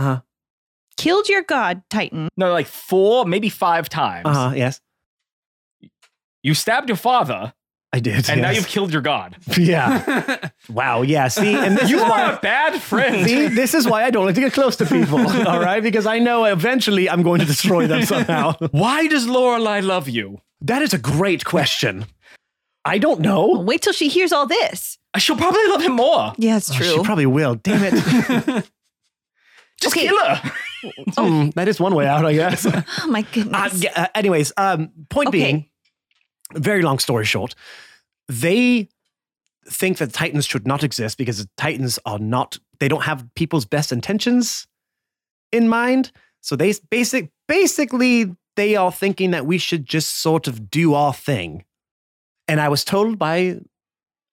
Speaker 4: Killed your god, Titan.
Speaker 3: No, like four, maybe five times.
Speaker 5: Uh huh. Yes,
Speaker 3: You stabbed your father,
Speaker 5: I did.
Speaker 3: and now
Speaker 5: yes.
Speaker 3: you've killed your
Speaker 5: (laughs)
Speaker 3: god.
Speaker 5: Yeah.
Speaker 4: (laughs)
Speaker 5: Wow. Yeah. See, and this
Speaker 3: You
Speaker 5: is
Speaker 3: are
Speaker 5: why.
Speaker 3: a bad friend.
Speaker 5: (laughs) See, this is why I don't like to get close to
Speaker 4: (laughs)
Speaker 5: people. All right, because I know eventually I'm going to destroy them somehow.
Speaker 3: Why does Lorelai love you?
Speaker 5: That is a great question. I don't know.
Speaker 4: Wait till she hears all this.
Speaker 3: She'll probably love him more.
Speaker 6: Yeah, it's
Speaker 5: Oh,
Speaker 6: true.
Speaker 5: she probably will. Damn it.
Speaker 6: (laughs)
Speaker 3: Just
Speaker 4: Okay.
Speaker 3: kill her. (laughs)
Speaker 5: Hmm, that is one way out, I guess. Uh,
Speaker 4: Oh my goodness.
Speaker 5: yeah, uh, anyways, um, point
Speaker 4: Okay.
Speaker 5: being, very long story short, they think that Titans should not exist because the Titans are not, they don't have people's best intentions in mind. So they s- basic, basically, they are thinking that we should just sort of do our thing. And I was told by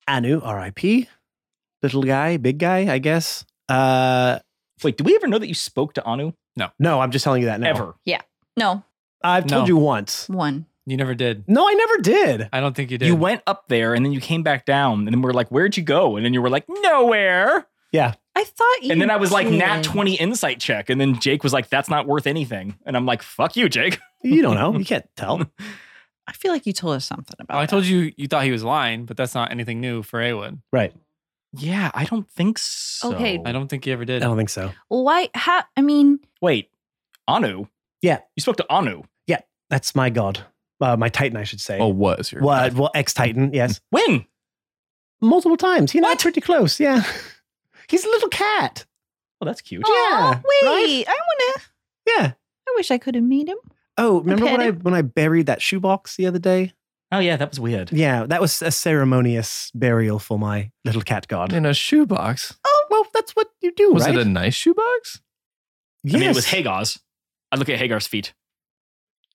Speaker 5: Anu, RIP, little guy, big guy, I guess. Uh,
Speaker 3: Wait, do we ever know that you spoke to Anu?
Speaker 5: no, I'm just telling you that now.
Speaker 3: Ever.
Speaker 4: No,
Speaker 5: I've told
Speaker 2: No.
Speaker 5: you once.
Speaker 4: one.
Speaker 2: You never did.
Speaker 5: No, I never did.
Speaker 2: I don't think you did.
Speaker 3: You went up there and then you came back down, and then we're like, Where'd you go? And then you were like, Nowhere.
Speaker 4: I thought you
Speaker 3: And then I was like, Nat
Speaker 4: did.
Speaker 3: 20 insight check. And then Jake was like, That's not worth anything. And I'm like, Fuck you, Jake. (laughs)
Speaker 5: You don't know. You can't (laughs) tell.
Speaker 6: I feel like you told us something about.
Speaker 2: Oh, I
Speaker 6: that.
Speaker 2: told you you thought he was lying, but that's not anything new for Awood.
Speaker 5: Right.
Speaker 3: Yeah, I don't think so.
Speaker 4: Okay.
Speaker 2: I don't think he ever
Speaker 5: I
Speaker 2: did.
Speaker 5: don't think so.
Speaker 4: Why how I mean
Speaker 3: Wait, Anu?
Speaker 5: Yeah.
Speaker 3: You spoke to Anu.
Speaker 5: That's my god. Uh, my Titan, I should say.
Speaker 1: Oh, was your
Speaker 5: Well, well, ex Titan, yes.
Speaker 3: When?
Speaker 5: Multiple times. He and I are
Speaker 3: What?
Speaker 5: pretty close. Yeah. (laughs) He's a little cat.
Speaker 3: Well, Oh, that's cute.
Speaker 5: Yeah.
Speaker 4: Aw, wait,
Speaker 5: Right?
Speaker 4: I wanna
Speaker 5: Yeah.
Speaker 4: I wish I could have made him.
Speaker 5: Oh, remember when
Speaker 4: pet
Speaker 5: I when I buried that shoebox the other day?
Speaker 3: Oh, yeah, that was weird.
Speaker 5: Yeah, that was a ceremonious burial for my little cat god.
Speaker 1: in a shoebox?
Speaker 5: Oh well, that's what you do,
Speaker 1: Was
Speaker 5: right?
Speaker 1: it a nice shoebox?
Speaker 5: yes.
Speaker 3: I mean, it was Hagar's. I look at Hagar's feet.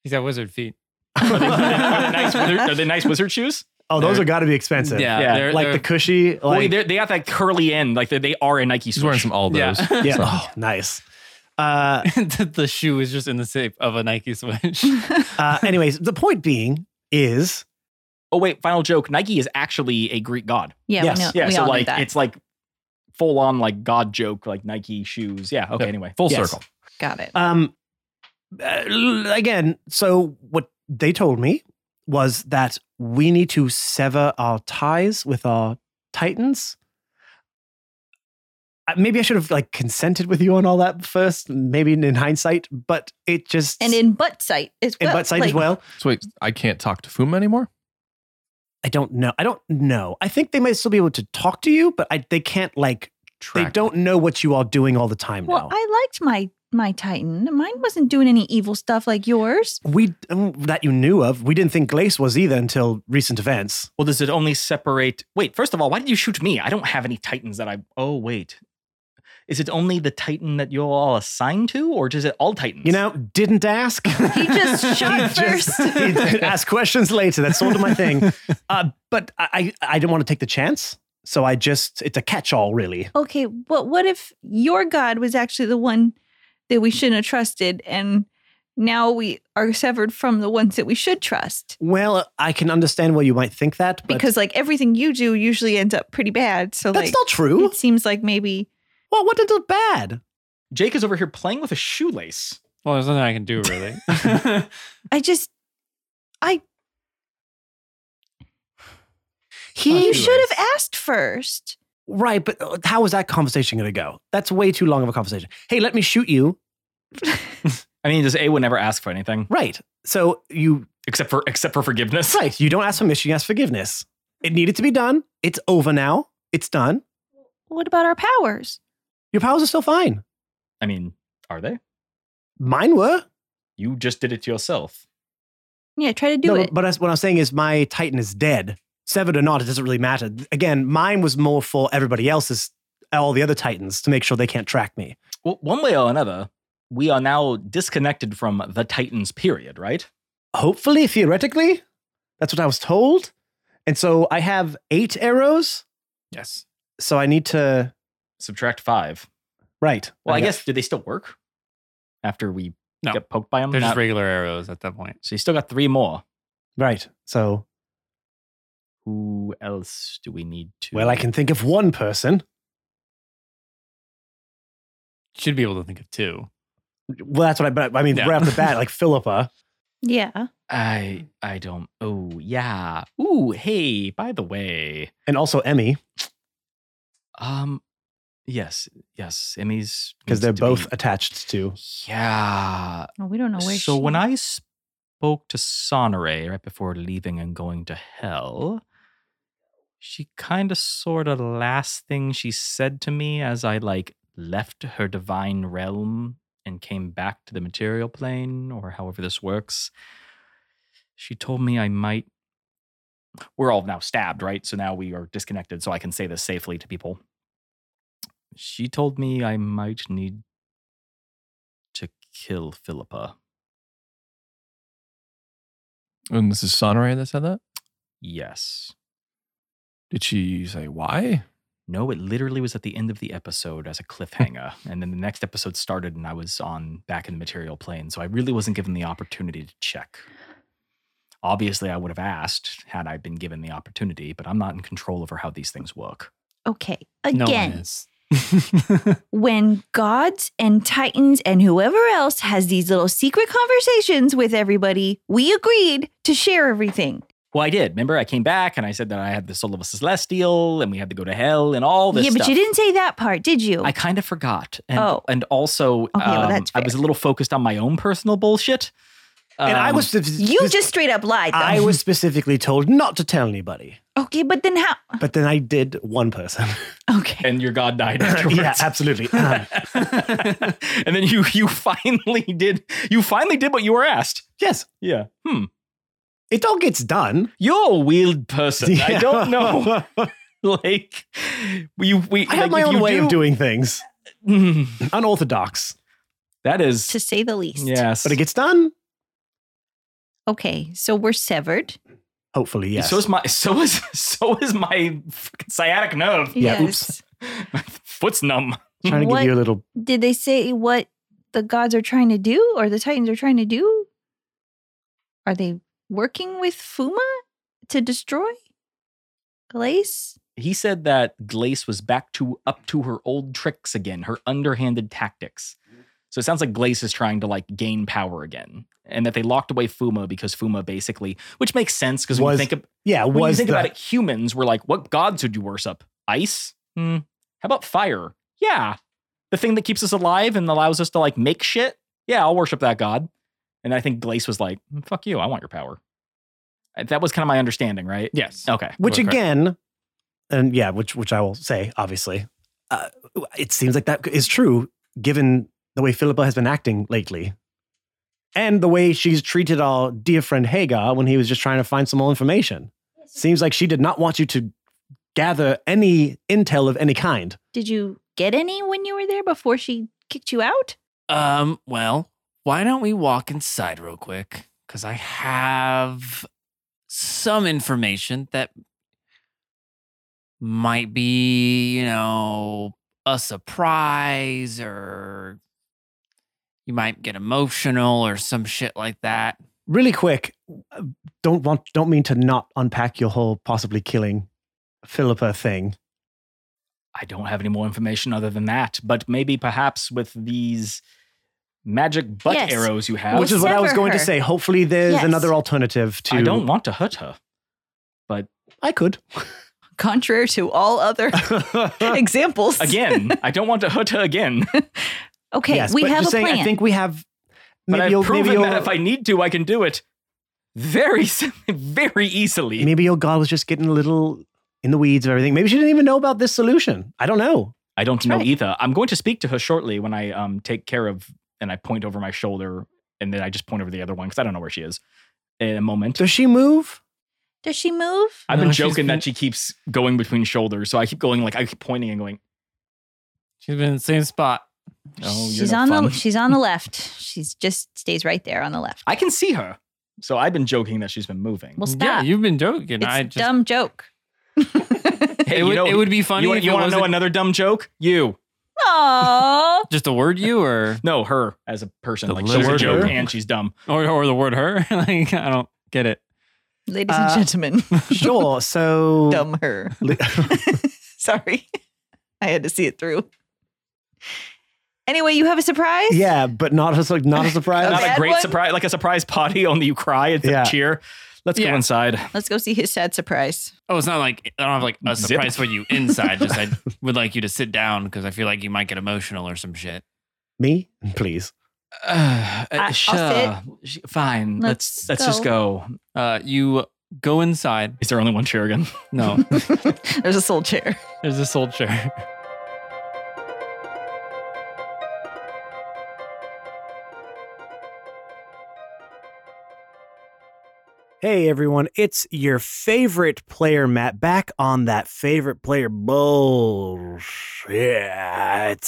Speaker 2: He's got wizard feet.
Speaker 3: Are they, are they nice, wizard, are they nice wizard shoes?
Speaker 5: oh, those have got to be expensive.
Speaker 2: Yeah,
Speaker 3: Yeah,
Speaker 2: they're-
Speaker 5: like
Speaker 2: they're-
Speaker 5: the cushy,
Speaker 3: Well,
Speaker 5: like
Speaker 3: they're- they have that curly end. Like they, they are a Nike
Speaker 1: He's wearing
Speaker 3: swoosh.
Speaker 1: some all those. (laughs)
Speaker 2: Yeah.
Speaker 5: yeah. Oh, nice. Uh,
Speaker 2: (laughs) the, the shoe is just in the shape of a Nike switch.
Speaker 5: uh, anyways, the point being is
Speaker 3: Oh, wait, final joke. Nike is actually a Greek god.
Speaker 4: Yeah,
Speaker 5: Yes.
Speaker 4: we know
Speaker 3: Yeah,
Speaker 4: we
Speaker 3: so
Speaker 4: all
Speaker 3: like
Speaker 4: knew that.
Speaker 3: it's like full on like god joke, like Nike shoes. Yeah, okay,
Speaker 1: Yep.
Speaker 3: anyway.
Speaker 1: Full
Speaker 5: Yes.
Speaker 1: circle.
Speaker 6: Got it.
Speaker 5: Um, uh, l- again, so what they told me was that we need to sever our ties with our titans. I- maybe I should have like consented with you on all that first, maybe in, in hindsight, but it just
Speaker 4: and in butt sight as
Speaker 5: in
Speaker 4: well.
Speaker 5: butt sight as
Speaker 4: like,
Speaker 5: well.
Speaker 1: So wait, I can't talk to Fuma anymore.
Speaker 5: I don't know. I don't know. I think they might still be able to talk to you, but I, they can't like they
Speaker 1: Track.
Speaker 5: don't know what you all doing all the time
Speaker 4: Well,
Speaker 5: now.
Speaker 4: I liked my my Titan. Mine wasn't doing any evil stuff like yours.
Speaker 5: we um, that you knew of, we didn't think Glace was either until recent events.
Speaker 3: Well, does it only separate? Wait, first of all, why did you shoot me? I don't have any titans that I. Oh, wait. Is it only the titan that you're all assigned to, or is it all titans?
Speaker 5: You know, didn't ask.
Speaker 4: He
Speaker 5: (laughs)
Speaker 4: just shot
Speaker 5: He
Speaker 4: first.
Speaker 5: just- he did ask questions later. That's sort of
Speaker 4: (laughs)
Speaker 5: my thing. Uh, but I, I I didn't want to take the chance, so I just it's a catch-all, really.
Speaker 4: okay, but what if your God was actually the one that we shouldn't have trusted, and now we are severed from the ones that we should trust?
Speaker 5: Well, I can understand why you might think that, but
Speaker 4: Because like everything you do usually ends up pretty bad. So
Speaker 5: that's
Speaker 4: like
Speaker 5: not true.
Speaker 4: it seems like maybe
Speaker 5: Well, what did it bad?
Speaker 3: Jake is over here playing with a shoelace.
Speaker 2: Well, there's nothing I can do really.
Speaker 4: I just (sighs)
Speaker 5: He
Speaker 4: you should have asked first.
Speaker 5: right, but uh, how is that conversation going to go? That's way too long of a conversation. Hey, let me shoot you.
Speaker 3: I mean, does Awa never ask for anything
Speaker 5: Right. So you
Speaker 3: except for except for forgiveness?
Speaker 5: right. You don't ask permission. You ask forgiveness. It needed to be done. It's over now. It's done.
Speaker 4: What about our powers?
Speaker 5: Your powers are still fine.
Speaker 3: I mean, are they?
Speaker 5: Mine were.
Speaker 3: You just did it to yourself.
Speaker 4: Yeah, try to do
Speaker 5: no,
Speaker 4: it.
Speaker 5: But that's- what I'm saying is my Titan is dead. Severed or not, it doesn't really matter. Again, mine was more for everybody else's, all the other Titans, to make sure they can't track me.
Speaker 3: Well, one way or another, we are now disconnected from the titans. Period. Right?
Speaker 5: Hopefully, theoretically, that's what I was told. And so I have eight arrows.
Speaker 2: yes.
Speaker 5: So I need to.
Speaker 3: Subtract five.
Speaker 5: Right.
Speaker 3: Well, I guess do they still work after we
Speaker 2: No.
Speaker 3: get poked by them?
Speaker 2: They're just regular arrows at that point.
Speaker 3: so you still got three more.
Speaker 5: Right. So,
Speaker 3: Who else do we need to?
Speaker 5: well, I can think of one person.
Speaker 2: Should be able to think of two.
Speaker 5: Well, that's what I, but I mean,
Speaker 2: Yeah.
Speaker 5: right off the bat, like Philippa.
Speaker 4: yeah.
Speaker 3: I I don't. Oh yeah. Ooh hey. By the way,
Speaker 5: And also Emmy,
Speaker 3: um, yes yes. Emmy's
Speaker 5: because
Speaker 3: needs
Speaker 5: they're
Speaker 3: to
Speaker 5: both
Speaker 3: be-
Speaker 5: attached to.
Speaker 3: yeah.
Speaker 4: No, we don't know where.
Speaker 3: so
Speaker 4: she-
Speaker 3: when I spoke to Sonore right before leaving and going to hell, she kind of sort of last thing she said to me as I like left her divine realm and came back to the material plane or however this works. She told me I might we're all now stabbed, right? So now we are disconnected so I can say this safely to people. She told me I might need to kill Philippa.
Speaker 1: And this is Sonore that said that.
Speaker 3: Yes.
Speaker 1: Did she say why?
Speaker 3: No, it literally was at the end of the episode as a cliffhanger. and then the next episode started and I was on back in the material plane. So I really wasn't given the opportunity to check. Obviously, I would have asked had I been given the opportunity, but I'm not in control over how these things work.
Speaker 4: Okay.
Speaker 2: No
Speaker 4: Again,
Speaker 2: one is. (laughs)
Speaker 4: when gods and titans and whoever else has these little secret conversations with everybody, we agreed to share everything.
Speaker 3: Well, I did. Remember, I came back and I said that I had the Soul of a Celestial and we had to go to hell and all this
Speaker 4: yeah, but
Speaker 3: stuff.
Speaker 4: you didn't say that part, did you?
Speaker 3: I kind of forgot. And,
Speaker 4: Oh.
Speaker 3: and also,
Speaker 4: well,
Speaker 3: um,
Speaker 4: that's
Speaker 3: I was a little focused on my own personal bullshit.
Speaker 5: and I
Speaker 3: Um,
Speaker 5: was.
Speaker 4: you just straight up lied. Though.
Speaker 5: I was specifically told not to tell anybody,
Speaker 4: okay, but then how?
Speaker 5: but then I did
Speaker 3: (laughs)
Speaker 5: one person.
Speaker 4: Okay.
Speaker 3: um, And your god died afterwards.
Speaker 5: (laughs) yeah,
Speaker 3: (laughs)
Speaker 5: absolutely. Um,
Speaker 3: and then you you finally did you finally did what you were asked.
Speaker 5: yes,
Speaker 3: Yeah. Hmm.
Speaker 5: it all gets done.
Speaker 3: You're a weird person.
Speaker 5: (laughs)
Speaker 3: I don't know. like you we
Speaker 5: I
Speaker 3: like,
Speaker 5: have my
Speaker 3: if
Speaker 5: own
Speaker 3: you
Speaker 5: way
Speaker 3: do, (laughs)
Speaker 5: of doing things,
Speaker 3: doing
Speaker 5: unorthodox,
Speaker 3: That is
Speaker 4: To say the least.
Speaker 3: yes.
Speaker 5: but it gets done.
Speaker 4: Okay, so we're severed.
Speaker 5: Hopefully, yes.
Speaker 3: So is my (laughs) so is so is my freaking sciatic nerve. (laughs)
Speaker 5: Yeah,
Speaker 4: Yes.
Speaker 3: My foot's numb.
Speaker 5: trying to
Speaker 4: What-
Speaker 5: give you a little.
Speaker 4: Did they say what the gods are trying to do or the titans are trying to do? Are they working with Fuma to destroy Glace?
Speaker 3: He said that Glace was back to up to her old tricks again, her underhanded tactics. So it sounds like Glace is trying to like gain power again, and that they locked away Fuma because Fuma basically, which makes sense because when you
Speaker 5: Was-
Speaker 3: think, ab-
Speaker 5: Yeah,
Speaker 3: when you
Speaker 5: was
Speaker 3: think
Speaker 5: the-
Speaker 3: about it, humans were like, what gods would you worship? Ice? Hmm. How about fire? Yeah. The thing that keeps us alive and allows us to like make shit. Yeah, I'll worship that god. And I think Glace was like, "Hmm, fuck you, I want your power. Uh, That was kind of my understanding, right?
Speaker 2: Yes.
Speaker 3: Okay.
Speaker 5: which
Speaker 2: Correct.
Speaker 5: again, and yeah, which which I will say, obviously, uh, it seems like that is true given the way Philippa has been acting lately, and the way she's treated our dear friend Hagar when he was just trying to find some more information. Seems like she did not want you to gather any intel of any kind.
Speaker 4: Did you get any when you were there before she kicked you out? (laughs)
Speaker 2: Um, well, why don't we walk inside real quick? Because I have some information that might be, you know, a surprise or you might get emotional or some shit like that.
Speaker 5: Really quick, uh, don't want don't mean to not unpack your whole possibly killing Philippa thing.
Speaker 3: I don't have any more information other than that, but maybe perhaps with these magic butt
Speaker 4: Yes.
Speaker 3: arrows you have.
Speaker 4: We'll
Speaker 5: Which is what I was
Speaker 4: sever
Speaker 5: going to
Speaker 4: her.
Speaker 5: say. Hopefully, there's
Speaker 4: Yes.
Speaker 5: another alternative to.
Speaker 3: I don't want to hurt
Speaker 5: (laughs)
Speaker 3: her.
Speaker 5: I could.
Speaker 6: Contrary to all other examples.
Speaker 3: Again, I don't want to hurt her
Speaker 5: (laughs)
Speaker 3: again.
Speaker 4: Okay, we
Speaker 5: but
Speaker 4: have a
Speaker 5: just saying,
Speaker 4: plan.
Speaker 5: I think we have.
Speaker 3: But
Speaker 5: Maybe
Speaker 3: I've
Speaker 5: you'll,
Speaker 3: proven
Speaker 5: maybe you'll,
Speaker 3: that if I need to, I can do it very, (laughs) s- very easily.
Speaker 5: maybe your god was just getting a little in the weeds of everything. Maybe she didn't even know about this solution. I don't know.
Speaker 3: I don't know
Speaker 4: right.
Speaker 3: either. I'm going to speak to her shortly when I um, take care of, and I point over my shoulder, and then I just point over the other one because I don't know where she is. In a moment,
Speaker 5: Does
Speaker 4: (laughs)
Speaker 5: she move?
Speaker 4: Does she move?
Speaker 3: I've
Speaker 2: No,
Speaker 3: been
Speaker 2: she's
Speaker 3: joking
Speaker 2: been-
Speaker 3: that she keeps going between shoulders, so I keep going like I keep pointing and going.
Speaker 2: She's been in the same spot.
Speaker 3: Oh, you're
Speaker 4: she's
Speaker 3: no
Speaker 4: on the
Speaker 3: fun.
Speaker 4: she's on the left. She's just stays right there on the left.
Speaker 3: I can see her, so I've been joking that she's been moving.
Speaker 4: Well,
Speaker 2: Yeah,
Speaker 4: stop.
Speaker 2: you've been joking.
Speaker 4: it's
Speaker 2: I
Speaker 4: a
Speaker 2: just
Speaker 4: dumb joke.
Speaker 3: hey,
Speaker 2: it,
Speaker 3: you
Speaker 2: would,
Speaker 3: know,
Speaker 2: it would be funny
Speaker 3: you,
Speaker 2: if it
Speaker 3: want to know
Speaker 2: wasn't
Speaker 3: another dumb joke? You
Speaker 4: Oh,
Speaker 2: just the word you or
Speaker 3: no, her as a person,
Speaker 1: The
Speaker 3: like she's a
Speaker 5: word
Speaker 3: joke
Speaker 5: her.
Speaker 3: and she's dumb.
Speaker 2: (laughs) or or the word her. (laughs) like I don't get it.
Speaker 6: Ladies
Speaker 5: Uh,
Speaker 6: and gentlemen,
Speaker 5: Sure. So
Speaker 6: dumb her.
Speaker 5: Li-
Speaker 4: (laughs)
Speaker 6: Sorry. I had to see it through. Anyway, you have a surprise?
Speaker 5: (laughs) yeah, but not as
Speaker 4: (laughs)
Speaker 5: like not a surprise.
Speaker 3: Not a
Speaker 6: bad
Speaker 3: great
Speaker 6: one?
Speaker 3: surprise, like a surprise party. Only you cry and
Speaker 5: Yeah.
Speaker 3: cheer. Let's go
Speaker 2: Yeah.
Speaker 3: inside.
Speaker 6: Let's go see his sad
Speaker 4: (laughs)
Speaker 6: surprise.
Speaker 2: Oh, it's not like I don't have like a
Speaker 3: Zip.
Speaker 2: surprise for you inside. Just (laughs) I would like you to sit down because I feel like you might get emotional or some shit.
Speaker 5: Me, please.
Speaker 3: Uh,
Speaker 6: I'll
Speaker 3: sure. Sh- Fine. Let's
Speaker 4: Let's
Speaker 3: let's just go.
Speaker 2: Uh, you go inside.
Speaker 3: Is there only one chair again?
Speaker 2: No,
Speaker 6: There's a soul chair.
Speaker 2: (laughs) there's this old chair.
Speaker 5: Hey everyone, it's your favorite player, Matt, back on that favorite player bullshit.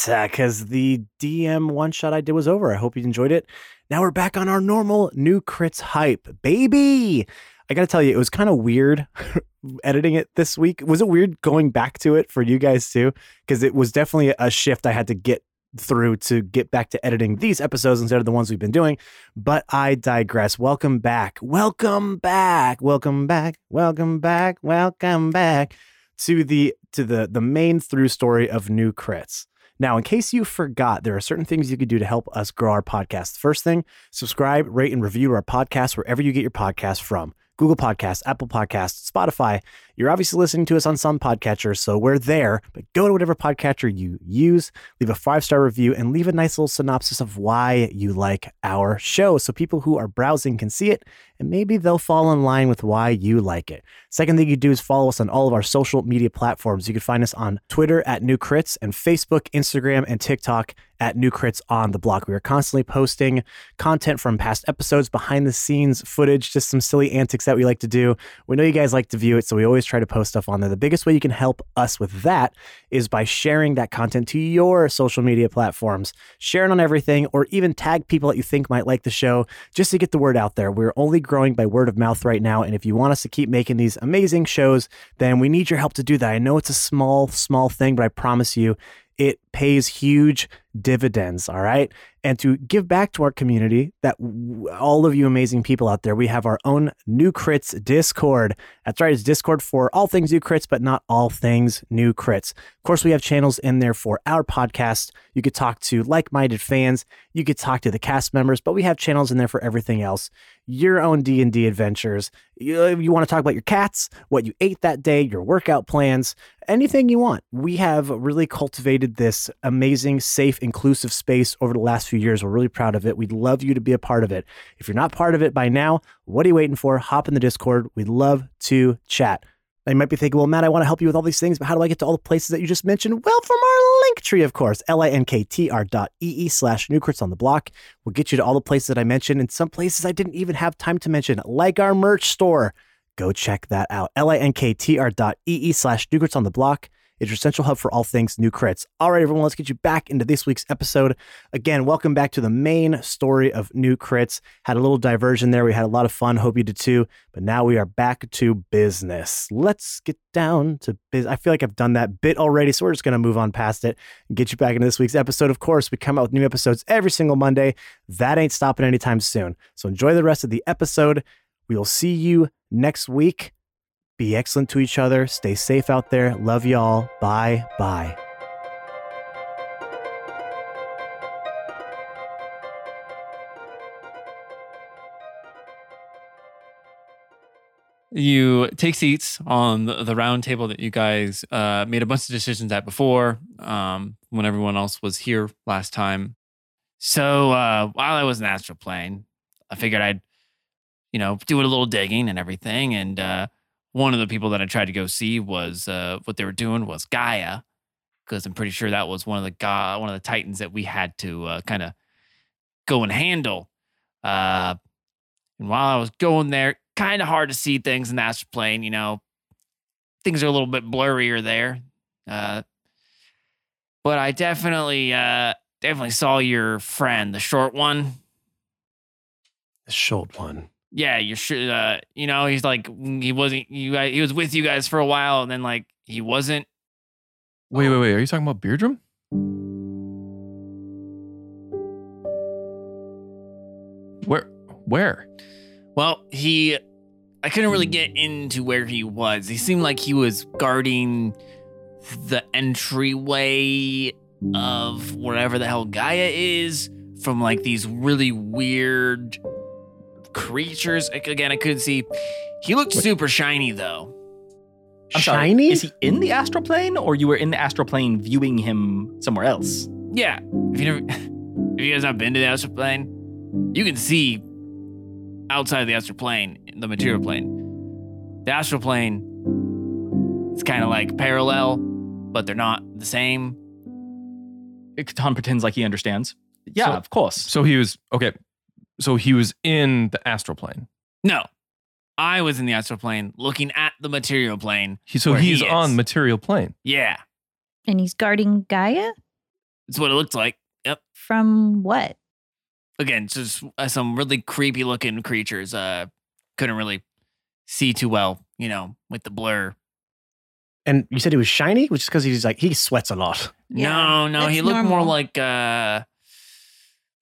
Speaker 5: Because the DM one shot I did was over. I hope you enjoyed it. Now we're back on our normal new crits hype, baby. I gotta tell you, it was kind of weird (laughs) editing it this week. Was it weird going back to it for you guys too? Because it was definitely a shift I had to get through to get back to editing these episodes instead of the ones we've been doing. But I digress. Welcome back. Welcome back. Welcome back. Welcome back. Welcome back to the to the the main through story of new crits. Now, in case you forgot, there are certain things you could do to help us grow our podcast. First thing, subscribe, rate, and review our podcast wherever you get your podcast from. Google Podcasts, Apple Podcasts, Spotify. You're obviously listening to us on some podcatcher, so we're there. But go to whatever podcatcher you use leave a five star review, and leave a nice little synopsis of why you like our show so people who are browsing can see it and maybe they'll fall in line with why you like it. Second thing you do is follow us on all of our social media platforms. You can find us on Twitter at New Crits and Facebook, Instagram, and TikTok at New Crits on the block. We are constantly posting content from past episodes, behind the scenes footage, just some silly antics that we like to do. We know you guys like to view it, so we always try to post stuff on there. The biggest way you can help us with that is by sharing that content to your social media platforms, sharing on everything, or even tag people that you think might like the show just to get the word out there. We're only growing by word of mouth right now. And if you want us to keep making these amazing shows, then we need your help to do that. I know it's a small, small thing, but I promise you it pays huge dividends. All right.
Speaker 7: and to give back to our community that w- all of you amazing people out there, we have our own New Crits Discord. That's right, it's Discord for all things New Crits, but not all things New Crits. Of course, we have channels in there for our podcast. You could talk to like minded fans, you could talk to the cast members, but we have channels in there for everything else. Your own D&D adventures. You, you want to talk about your cats, what you ate that day, your workout plans, anything you want. We have really cultivated this amazing, safe, inclusive space over the last few years. We're really proud of it. We'd love you to be a part of it. If you're not part of it by now, what are you waiting for? Hop in the Discord. We'd love to chat. Now, you might be thinking, well, Matt, I want to help you with all these things, but how do I get to all the places that you just mentioned? Well, from our link tree, of course, linktr dot ee slash newcrits on the block. We'll get you to all the places that I mentioned and some places I didn't even have time to mention, like our merch store go check that out. linktr dot ee slash newcrits on the block. It's your central hub for all things new crits. All right, everyone, let's get you back into this week's episode. Again, welcome back to the main story of new crits. Had a little diversion there. We had a lot of fun. Hope you did too. But now we are back to business. Let's get down to business. I feel like I've done that bit already, so we're just going to move on past it and get you back into this week's episode. Of course, we come out with new episodes every single Monday. That ain't stopping anytime soon. So enjoy the rest of the episode. We will see you next week. Be excellent to each other. Stay safe out there. Love y'all. Bye. Bye.
Speaker 8: You take seats on the, the round table that you guys uh, made a bunch of decisions at before um, when everyone else was here last time.
Speaker 2: So uh, while I was in astral plane, I figured I'd you know, doing a little digging and everything. And uh, one of the people that I tried to go see was uh, what they were doing was Gaia, because I'm pretty sure that was one of the ga- one of the titans that we had to uh, kind of go and handle. Uh, and while I was going there, kind of hard to see things in the astral plane. You know, things are a little bit blurrier there. Uh, but I definitely, uh, definitely saw your friend, the short one.
Speaker 7: The short one.
Speaker 2: yeah, you're sure. Uh, you know, he's like he wasn't. You guys, he was with you guys for a while, and then like he wasn't.
Speaker 1: Wait, wait, wait. Are you talking about Beardrum? Where? Where?
Speaker 2: Well, he, I couldn't really get into where he was. He seemed like he was guarding the entryway of wherever the hell Gaia is from like these really weird creatures. Like, Again, I couldn't see. He looked
Speaker 1: Wait.
Speaker 2: super shiny though.
Speaker 3: I'm sorry,
Speaker 7: Shiny?
Speaker 3: is he in the astral plane, or you were in the astral plane viewing him somewhere else?
Speaker 2: Yeah. If you never, (laughs) if you guys not been to the astral plane, you can see outside the astral plane, the material plane. The astral plane, it's kind of like parallel, but they're not the same.
Speaker 3: Catan pretends like he understands. Yeah,
Speaker 1: So-
Speaker 3: of course.
Speaker 1: So he was okay. So he was in the astral plane.
Speaker 2: No, I was in the astral plane looking at the material plane.
Speaker 1: He, so
Speaker 2: Where he
Speaker 1: he's
Speaker 2: is.
Speaker 1: on material plane.
Speaker 2: Yeah,
Speaker 4: And he's guarding Gaia
Speaker 2: it's what it looked like.
Speaker 4: from what?
Speaker 2: Again, it's just uh, some really creepy looking creatures. Uh, couldn't really see too well, you know, with the blur.
Speaker 7: And you said he was shiny, which is because he's like he sweats a lot.
Speaker 4: Yeah,
Speaker 2: no, no, he
Speaker 4: that's
Speaker 2: looked more
Speaker 4: normal.
Speaker 2: like uh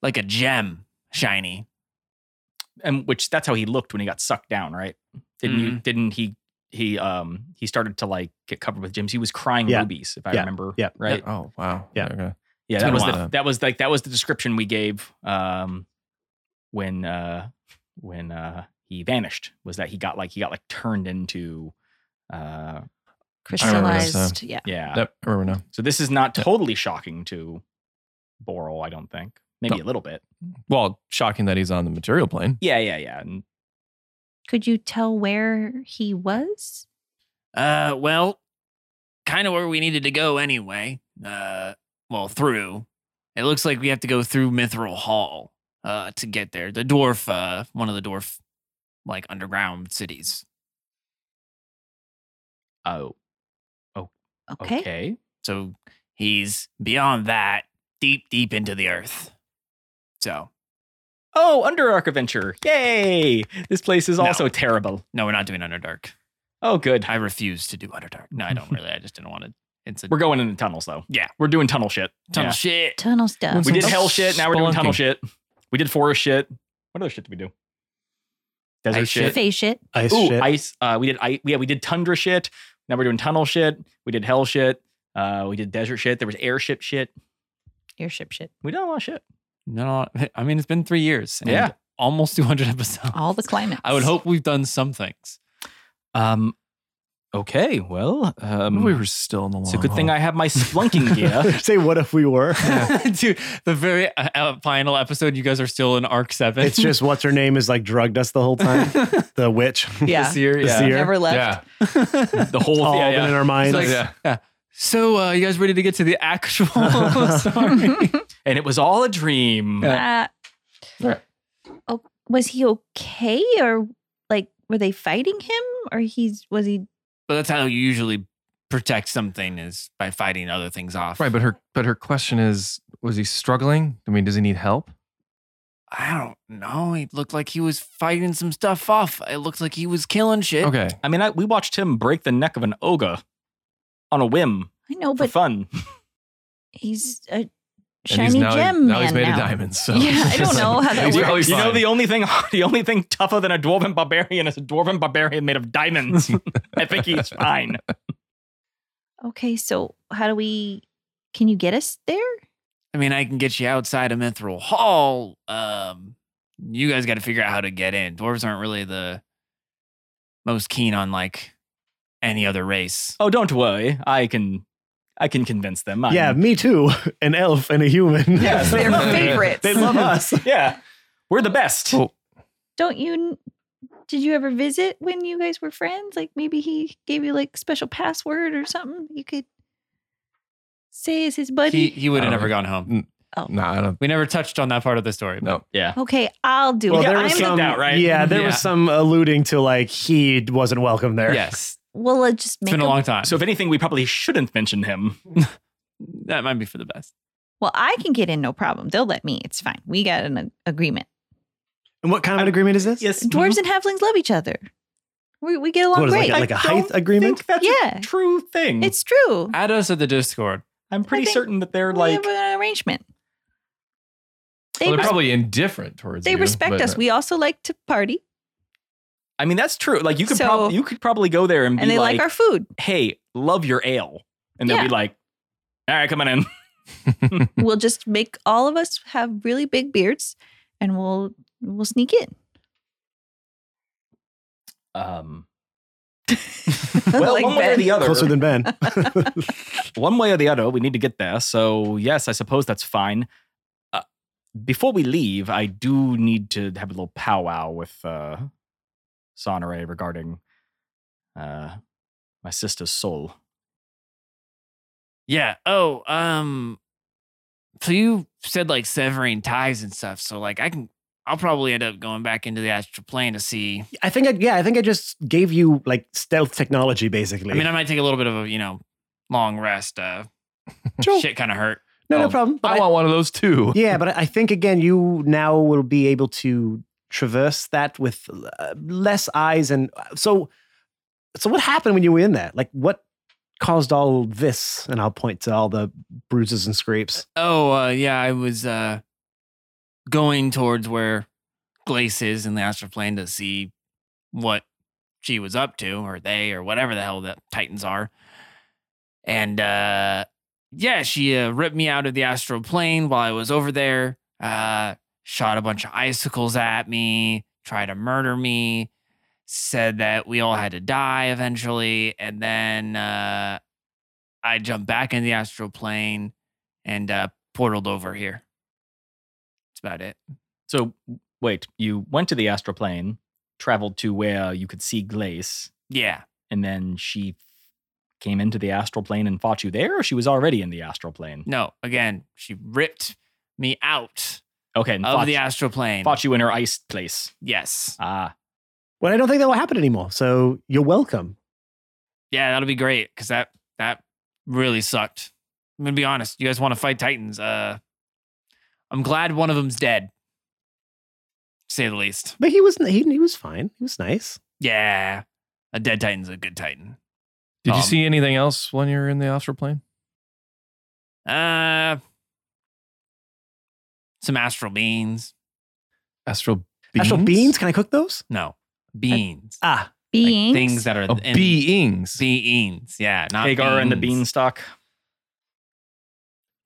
Speaker 2: like a gem, shiny.
Speaker 3: And which that's how he looked when he got sucked down, right? Didn't
Speaker 7: Mm-hmm.
Speaker 3: you? Didn't he? He um he started to like get covered with gems. He was crying
Speaker 7: Yeah.
Speaker 3: rubies, if I
Speaker 7: Yeah.
Speaker 3: remember.
Speaker 7: Yeah.
Speaker 3: Right.
Speaker 1: Oh wow.
Speaker 7: Yeah.
Speaker 1: Okay.
Speaker 3: Yeah,
Speaker 1: It's
Speaker 3: that
Speaker 1: been a
Speaker 3: was the,
Speaker 1: while.
Speaker 3: that was like that was the description we gave um when uh when uh he vanished was that he got like he got like turned into uh
Speaker 1: remember this,
Speaker 4: Crystallized. Yeah.
Speaker 3: yeah.
Speaker 1: Yep. I remember now.
Speaker 3: So this is not
Speaker 1: Yeah.
Speaker 3: totally shocking to Boral, I don't think. Maybe
Speaker 1: No.
Speaker 3: a little bit.
Speaker 1: Well, shocking that he's on the material plane.
Speaker 3: Yeah, yeah, yeah. And
Speaker 4: Could you tell where he was?
Speaker 2: Uh well, kind of where we needed to go anyway. Uh well, through. It looks like we have to go through Mithril Hall uh to get there. The dwarf uh one of the dwarf like underground cities.
Speaker 3: oh, okay.
Speaker 4: Okay.
Speaker 2: So he's beyond that, deep deep into the earth. So,
Speaker 3: Oh, Underark Adventure. Yay! This place is
Speaker 2: No.
Speaker 3: also terrible.
Speaker 2: no, we're not doing Underdark.
Speaker 3: Oh, good.
Speaker 4: (laughs)
Speaker 2: I refuse to do Underdark. No, I don't really. I just didn't want to It's a
Speaker 3: We're going into tunnels though.
Speaker 2: Yeah.
Speaker 3: We're doing tunnel shit.
Speaker 2: tunnel
Speaker 3: Yeah.
Speaker 2: shit.
Speaker 4: Tunnel stuff.
Speaker 3: We did
Speaker 2: Some
Speaker 3: hell shit. Now we're doing tunnel
Speaker 2: spelunking.
Speaker 3: shit. We did forest shit. What other shit did we do? Desert
Speaker 2: Ice
Speaker 3: shit.
Speaker 4: Face shit.
Speaker 5: Ice
Speaker 3: Ooh,
Speaker 5: shit.
Speaker 3: ice. Uh, we did. I, yeah, we did tundra shit. Now we're doing tunnel shit. We did hell shit. Uh, we did desert shit. There was airship shit.
Speaker 4: Airship shit.
Speaker 3: We did a lot of shit.
Speaker 9: No, (laughs) I mean it's been three years. And
Speaker 3: Yeah.
Speaker 9: almost (laughs) 200 episodes.
Speaker 10: All the climates.
Speaker 9: I would hope we've done some
Speaker 1: (laughs)
Speaker 9: things. (laughs)
Speaker 3: Um. Okay. Well. Um,
Speaker 1: we were still in the long
Speaker 3: it's a good thing I have my splunking
Speaker 5: (laughs)
Speaker 7: (laughs)
Speaker 3: gear.
Speaker 5: Say what if
Speaker 3: (laughs)
Speaker 5: we were?
Speaker 9: Dude, the very uh, uh, final episode, you guys are still in Arc 7. (laughs)
Speaker 5: it's just what's her name is like drugged us the
Speaker 2: (laughs)
Speaker 5: whole time. the witch.
Speaker 10: Yeah.
Speaker 9: Seer,
Speaker 5: The
Speaker 9: yeah.
Speaker 5: seer.
Speaker 10: Never left.
Speaker 1: Yeah.
Speaker 9: (laughs)
Speaker 3: the whole
Speaker 5: All
Speaker 3: thing. Yeah,
Speaker 5: been
Speaker 3: yeah.
Speaker 5: in our
Speaker 9: It's
Speaker 5: minds.
Speaker 9: like,
Speaker 1: Yeah.
Speaker 9: yeah. So, uh, you guys ready to get to the
Speaker 1: (laughs)
Speaker 9: actual (laughs) story?
Speaker 3: And it was all a dream.
Speaker 4: (laughs) Uh,
Speaker 1: Right.
Speaker 4: oh, was he okay or like were they fighting him or he's was he
Speaker 2: (laughs) But that's how you usually protect something is by fighting other things off.
Speaker 1: Right, but her but her question is, was he struggling? I mean, does he need help?
Speaker 2: I don't know. He looked like he was fighting some stuff off. It looked like he was killing shit.
Speaker 1: Okay.
Speaker 3: I mean, I, we watched him break the neck of an ogre on a whim
Speaker 4: I know
Speaker 3: for
Speaker 4: but
Speaker 3: fun.
Speaker 4: he's a
Speaker 1: And
Speaker 4: shiny
Speaker 1: he's now,
Speaker 4: gem
Speaker 1: now
Speaker 4: man
Speaker 1: he's made
Speaker 4: now.
Speaker 1: of diamonds. So
Speaker 4: Yeah, I don't know
Speaker 3: (laughs)
Speaker 4: how that
Speaker 1: He's
Speaker 4: works.
Speaker 1: probably
Speaker 3: you know
Speaker 1: fine. (laughs)
Speaker 3: the only thing (laughs) the only thing tougher than a dwarven barbarian is a dwarven barbarian made of
Speaker 5: (laughs)
Speaker 3: diamonds. (laughs) I think he's fine.
Speaker 4: Okay, so how do we can you get us there?
Speaker 2: I mean, I can get you outside of Mithril Hall. Um, you guys got to figure out how to get in. Dwarves aren't really the most keen on like any other race.
Speaker 3: Oh, don't worry. I can I can convince them. I'm-
Speaker 5: yeah, me too. (laughs) An elf and a human.
Speaker 3: Yeah,
Speaker 5: (laughs)
Speaker 10: Their
Speaker 3: they-
Speaker 10: favorites.
Speaker 5: they
Speaker 3: (laughs)
Speaker 5: love us.
Speaker 3: Yeah. We're the best.
Speaker 1: Oh.
Speaker 4: Don't you did you ever visit when you guys were friends? Like maybe he gave you like special password or something you could say is his
Speaker 9: he
Speaker 4: buddy.
Speaker 9: he would have
Speaker 1: Oh,
Speaker 9: never
Speaker 1: yeah.
Speaker 9: gone home.
Speaker 4: oh.
Speaker 1: No, I don't.
Speaker 9: We never touched on that part of the story.
Speaker 1: No.
Speaker 4: Okay, I'll do
Speaker 5: Well,
Speaker 4: it.
Speaker 5: there
Speaker 4: I'm
Speaker 5: was
Speaker 4: the-
Speaker 5: some,
Speaker 3: out, right?
Speaker 5: yeah, there was
Speaker 9: Yeah.
Speaker 5: some alluding to like he wasn't welcome there.
Speaker 9: Yes.
Speaker 4: well, let's just
Speaker 9: It's
Speaker 4: make
Speaker 9: been a
Speaker 4: him-
Speaker 9: long time.
Speaker 3: So
Speaker 9: So
Speaker 3: if anything, we probably shouldn't mention him.
Speaker 9: that might be for the best.
Speaker 4: Well, I can get in no problem. They'll let me. It's fine. We got an a- agreement.
Speaker 5: And what kind of an agreement is this?
Speaker 3: Yes.
Speaker 4: Dwarves and halflings love each other. We, we get along
Speaker 5: What is it,
Speaker 4: great.
Speaker 5: like a, like a
Speaker 3: I
Speaker 5: height
Speaker 3: don't
Speaker 5: agreement?
Speaker 3: think that's
Speaker 4: Yeah.
Speaker 3: a true thing.
Speaker 4: it's true.
Speaker 9: Add us at the Discord.
Speaker 3: I'm pretty
Speaker 4: think-
Speaker 3: certain that they're
Speaker 4: we
Speaker 3: like
Speaker 4: have an arrangement. They,
Speaker 1: Well, they're
Speaker 4: res-
Speaker 1: probably indifferent towards.
Speaker 4: they
Speaker 1: you,
Speaker 4: respect
Speaker 1: but- uh
Speaker 4: us. We also like to party,
Speaker 3: I mean that's true. Like you could
Speaker 4: So-
Speaker 3: probably you could probably go there and be
Speaker 4: and they like,
Speaker 3: like,
Speaker 4: our food.
Speaker 3: hey, love your ale. And they'll
Speaker 4: Yeah.
Speaker 3: be like, all right, come on
Speaker 2: (laughs)
Speaker 3: in.
Speaker 4: we'll just make all of us have really big beards, and we'll we'll sneak in. (laughs)
Speaker 3: Um, well,
Speaker 10: Like
Speaker 3: one way or
Speaker 10: Ben.
Speaker 3: the other,
Speaker 5: Closer than Ben. (laughs)
Speaker 3: one way or the other, we need to get there. So yes, I suppose that's fine. Uh, before we leave, I do need to have a little powwow with uh, Sonore regarding uh, my sister's soul.
Speaker 2: Yeah. Oh, um, so you said like severing ties and stuff. So like I can, I'll probably end up going back into the astral plane to see.
Speaker 5: I think I, yeah, I think I just gave you like stealth technology basically.
Speaker 2: I mean, I might take a little bit of a you know long rest. Uh,
Speaker 5: Sure.
Speaker 2: shit kind of hurt.
Speaker 5: no, no
Speaker 1: um,
Speaker 5: problem. But
Speaker 1: I
Speaker 5: I-
Speaker 1: want one of those too.
Speaker 5: yeah, but I I think again, you now will be able to traverse that with uh, less eyes, and uh, so, so what happened when you were in there? Like, what caused all this? And I'll point to all the bruises and scrapes.
Speaker 2: Oh, uh, yeah, I was uh, going towards where Glace is in the astral plane to see what she was up to, or they, or whatever the hell the Titans are. And uh, yeah, she uh, ripped me out of the astral plane while I was over there, uh, shot a bunch of icicles at me, tried to murder me, said that we all had to die eventually. And then uh, I jumped back in the astral plane and uh, portaled over here. That's about it.
Speaker 3: So wait, you went to the astral plane, traveled to where you could see Glace,
Speaker 2: Yeah.
Speaker 3: and then she came into the astral plane and fought you there, or she was already in the astral plane?
Speaker 2: No, again, she ripped me out
Speaker 3: Okay, and
Speaker 2: of
Speaker 3: fought,
Speaker 2: the astral plane.
Speaker 3: fought you in her ice place.
Speaker 2: Yes.
Speaker 3: Ah,
Speaker 5: Well, I don't think that will happen anymore. So you're welcome.
Speaker 2: Yeah, that'll be great because that that really sucked. I'm gonna be honest. You guys want to fight Titans? Uh, I'm glad one of them's dead. to Say the least.
Speaker 5: But he was he, he was fine. He was nice.
Speaker 2: Yeah, a dead Titan's a good Titan.
Speaker 1: Did
Speaker 11: Um,
Speaker 1: you see anything else when you were in the astral plane?
Speaker 11: Uh, some astral beans.
Speaker 1: Astral beings.
Speaker 5: Astral beans? Can I cook those?
Speaker 11: No, beans.
Speaker 5: Ah,
Speaker 11: Like
Speaker 4: Beings.
Speaker 11: things
Speaker 2: (laughs)
Speaker 11: that are
Speaker 1: Oh,
Speaker 11: in-
Speaker 1: beings.
Speaker 11: beings. Yeah, not
Speaker 3: Hagar and the
Speaker 11: beans.
Speaker 3: beanstalk.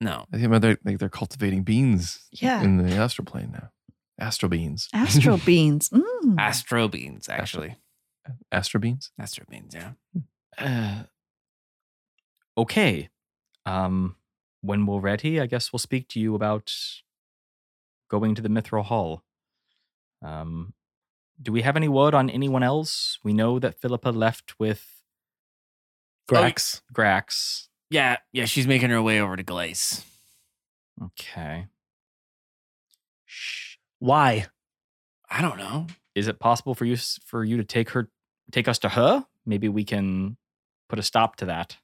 Speaker 11: No,
Speaker 1: I think about they're, like they're cultivating beans
Speaker 6: Yeah.
Speaker 1: in the astral plane now. Astral beans. (laughs)
Speaker 6: Astro beans. Mm.
Speaker 11: astro beans actually.
Speaker 1: astral beans?
Speaker 11: Astro beans. Yeah.
Speaker 3: Uh, okay. Um, when we're ready, I guess we'll speak to you about going to the Mithril Hall. Um, do we have any word on anyone else? We know that Philippa left with
Speaker 5: Oh, Grax.
Speaker 3: Grax.
Speaker 11: Yeah, yeah. She's making her way over to Glace.
Speaker 3: Okay. Shh.
Speaker 5: Why?
Speaker 11: I don't know.
Speaker 3: Is it possible for you s- for you to take her take us to her? Maybe we can put a stop to that.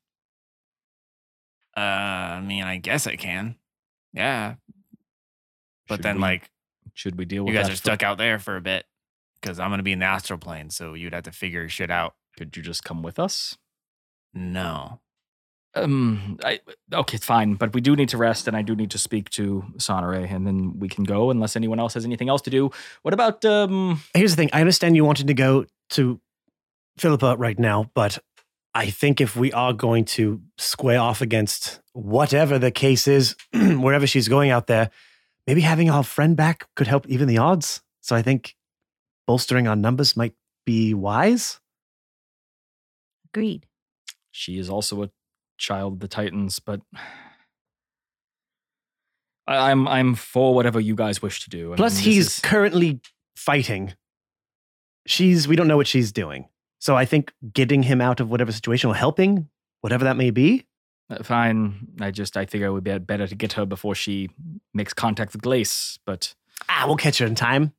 Speaker 11: Uh, I mean, I guess I can. Yeah, but
Speaker 3: Should
Speaker 11: then
Speaker 3: we-
Speaker 11: like
Speaker 3: should we deal
Speaker 11: you
Speaker 3: with
Speaker 11: guys
Speaker 3: that
Speaker 11: are
Speaker 3: fir-
Speaker 11: stuck out there for a bit because I'm gonna be in the astral plane, so you'd have to figure shit out.
Speaker 3: Could you just come with us?
Speaker 11: No.
Speaker 3: Um, I okay, fine, but we do need to rest, and I do need to speak to Sonore, and then we can go unless anyone else has anything else to do. What about um?
Speaker 5: Here's the thing. I understand you wanted to go to Philippa right now, but I think if we are going to square off against whatever the case is, (clears throat) wherever she's going out there, maybe having our friend back could help even the odds. So I think bolstering our numbers might be wise.
Speaker 4: Agreed.
Speaker 3: She is also a child of the Titans, but I, I'm I'm for whatever you guys wish to do. I
Speaker 5: Plus,
Speaker 3: mean, this
Speaker 5: he's
Speaker 3: is-
Speaker 5: currently fighting. She's, we don't know what she's doing. So I think getting him out of whatever situation or helping, whatever that may be.
Speaker 3: Uh, fine. I just I figure it would be better to get her before she makes contact with Glace.
Speaker 5: (laughs)
Speaker 3: But
Speaker 5: Ah, we'll catch her in time.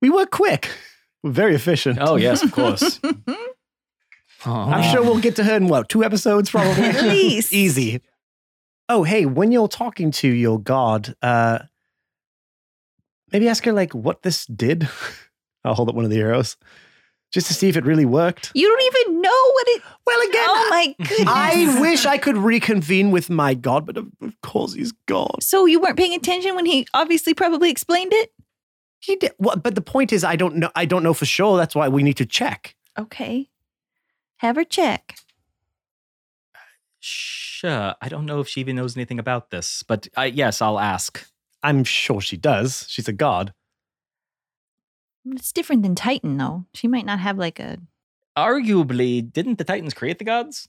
Speaker 5: We were quick. We're very efficient.
Speaker 3: oh yes, of
Speaker 4: (laughs)
Speaker 3: course.
Speaker 5: I'm sure we'll get to her in what, two episodes probably?
Speaker 6: At least.
Speaker 5: (laughs) Easy. Oh, hey, when you're talking to your god, uh, maybe ask her like what this did. (laughs) I'll hold up one of the arrows just to see if it really worked.
Speaker 4: You don't even know
Speaker 3: (laughs)
Speaker 4: what it.
Speaker 5: Well, again,
Speaker 4: oh my goodness.
Speaker 5: I (laughs) wish I could reconvene with my god, but of of course he's god.
Speaker 4: So you weren't paying attention when he obviously probably explained it.
Speaker 5: He did. Well, but the point is, I don't know. I don't know for sure. That's why we need to check.
Speaker 4: Okay. Have her check.
Speaker 3: sure. I don't know if she even knows anything about this, but I, yes, I'll ask.
Speaker 5: I'm sure she does. She's a god.
Speaker 4: It's different than Titan, though. She might not have like a.
Speaker 3: arguably, didn't the Titans create the gods?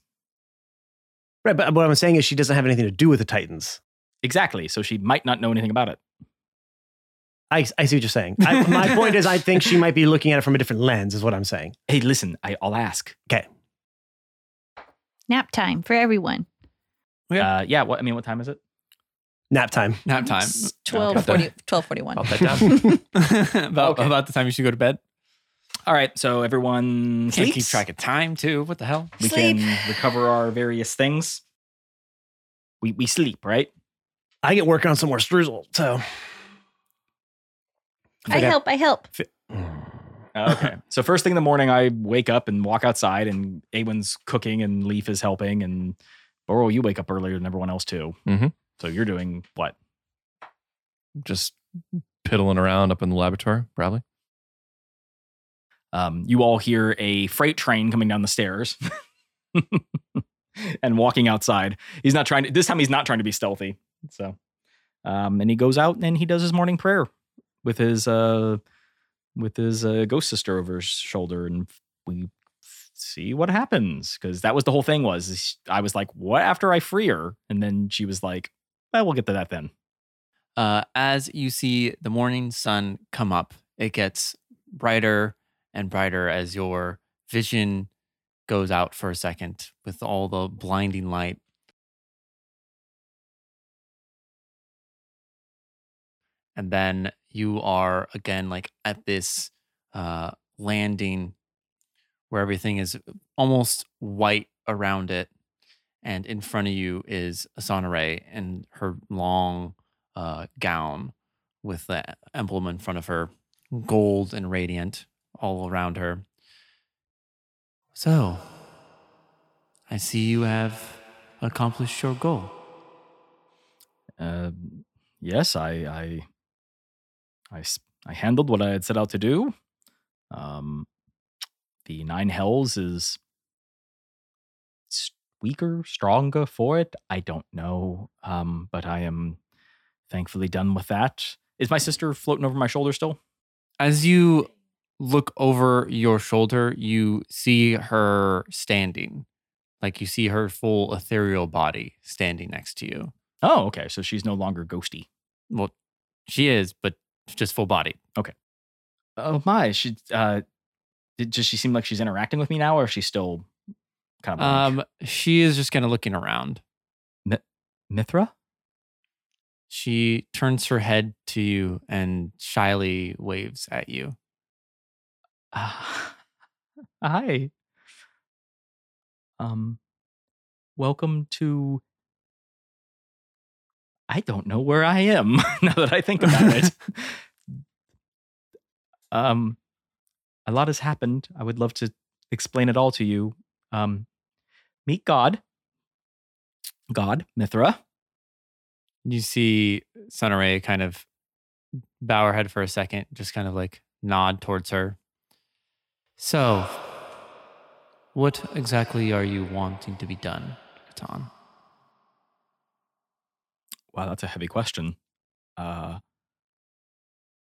Speaker 5: Right, but what I'm saying is she doesn't have anything to do with the Titans.
Speaker 3: Exactly. So she might not know anything about it.
Speaker 5: I, I see what you're saying. I, my point is, I think she might be looking at it from a different lens, is what I'm saying.
Speaker 3: Hey, listen, I, I'll ask.
Speaker 4: Nap time for everyone.
Speaker 3: Yeah. Uh, yeah. What I mean, what time is it?
Speaker 5: Nap time.
Speaker 11: (laughs)
Speaker 2: Nap time.
Speaker 1: Okay.
Speaker 6: 12, 40, 1241.
Speaker 1: Pop that
Speaker 4: (laughs)
Speaker 1: down.
Speaker 2: about,
Speaker 3: Okay.
Speaker 2: about the time you should go to bed.
Speaker 3: All right. So everyone
Speaker 11: Can't keep
Speaker 3: sleeps.
Speaker 11: track of time too. What the hell?
Speaker 3: We
Speaker 6: Sleep.
Speaker 3: can recover our various things. We we sleep, right?
Speaker 5: I get working on some more streusel, so
Speaker 4: I
Speaker 5: Okay.
Speaker 4: help. I help.
Speaker 5: Mm.
Speaker 3: Okay. so first thing in the morning, I wake up and walk outside, and Awen's cooking, and Leaf is helping, and Boro, you wake up earlier than everyone else too.
Speaker 1: Mhm.
Speaker 3: So you're doing what?
Speaker 1: Just piddling around up in the laboratory, probably.
Speaker 3: Um, you all hear a freight train coming down the stairs (laughs) and walking outside. He's not trying to, this time he's not trying to be stealthy. So, um, and he goes out and he does his morning prayer with his, uh, with his uh, ghost sister over his shoulder. And we see what happens. Cause that was the whole thing was is I was like, what after I free her? And then she was like, well, we'll get to that then.
Speaker 2: Uh, as you see the morning sun come up, it gets brighter and brighter as your vision goes out for a second with all the blinding light. And then you are again like at this uh, landing where everything is almost white around it. And in front of you is Asana and her long uh, gown with the emblem in front of her, gold and radiant all around her. So, I see you have accomplished your goal.
Speaker 3: Uh, yes, I, I, I, s- I handled what I had set out to do. Um, the nine hells is s- weaker, stronger for it. I don't know. Um, but I am thankfully done with that. Is my sister floating over my shoulder still?
Speaker 2: As you look over your shoulder, you see her standing. Like you see her full ethereal body standing next to you.
Speaker 3: Oh, okay. So she's no longer ghosty.
Speaker 2: Well, she is, but just full body.
Speaker 3: Oh my, she uh, did, does she seem like she's interacting with me now, or is she still kind of um,
Speaker 2: Um, she is just kind of looking around.
Speaker 3: Mithra?
Speaker 2: She turns her head to you and shyly waves at you.
Speaker 3: Uh, (laughs) hi. Um, welcome to. I don't know where I am (laughs) now that I think about it. um, a lot has happened. I would love to explain it all to you. Um, meet God. God, Mithra.
Speaker 2: You see Sunray kind of bow her head for a second, just kind of like nod towards her. So, what exactly are you wanting to be done, Catan?
Speaker 3: Wow, that's a heavy question. Uh,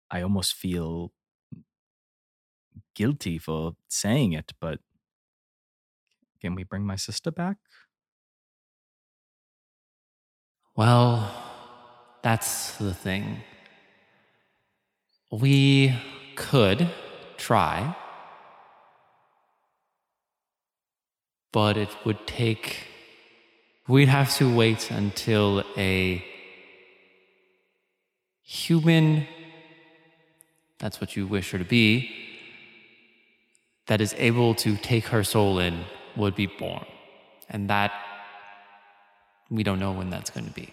Speaker 3: I almost feel guilty for saying it, but can we bring my sister back?
Speaker 2: Well, that's the thing. We could try, but it would take. We'd have to wait until a human, that's what you wish her to be, that is able to take her soul in, would be born. And that, we don't know when that's going to be.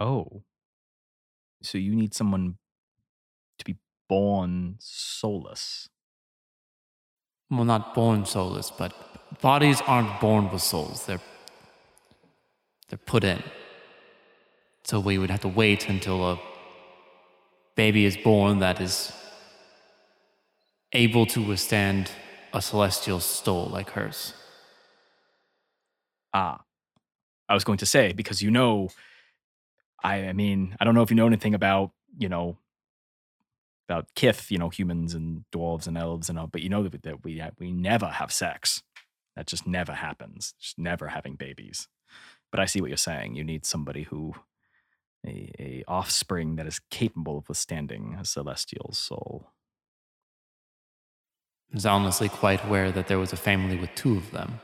Speaker 3: Oh. So you need someone to be born soulless.
Speaker 2: well, not born soulless, but bodies aren't born with souls. They're they're put in. So we would have to wait until a baby is born that is able to withstand a celestial stole like hers.
Speaker 3: Ah, I was going to say because you know, I, I mean, I don't know if you know anything about you know about kith, you know, humans and dwarves and elves and all, but you know that, that we that we never have sex. That just never happens. Just never having babies. But I see what you're saying. You need somebody who a, a offspring that is capable of withstanding a celestial soul.
Speaker 2: I was honestly quite aware that there was a family with two of them.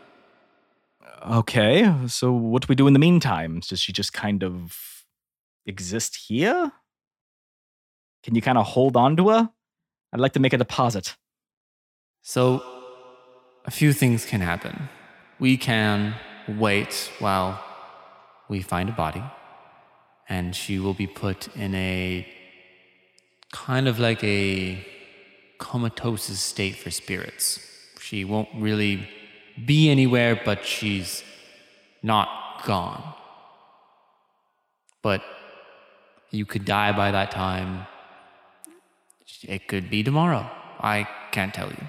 Speaker 3: Okay, so what do we do in the meantime? Does she just kind of exist here? Can you kind of hold on to her? I'd like to make a deposit.
Speaker 2: So, a few things can happen. We can wait while we find a body, and she will be put in a kind of like a comatose state for spirits. She won't really be anywhere, but she's not gone. But you could die by that time. It could be tomorrow. I can't tell you.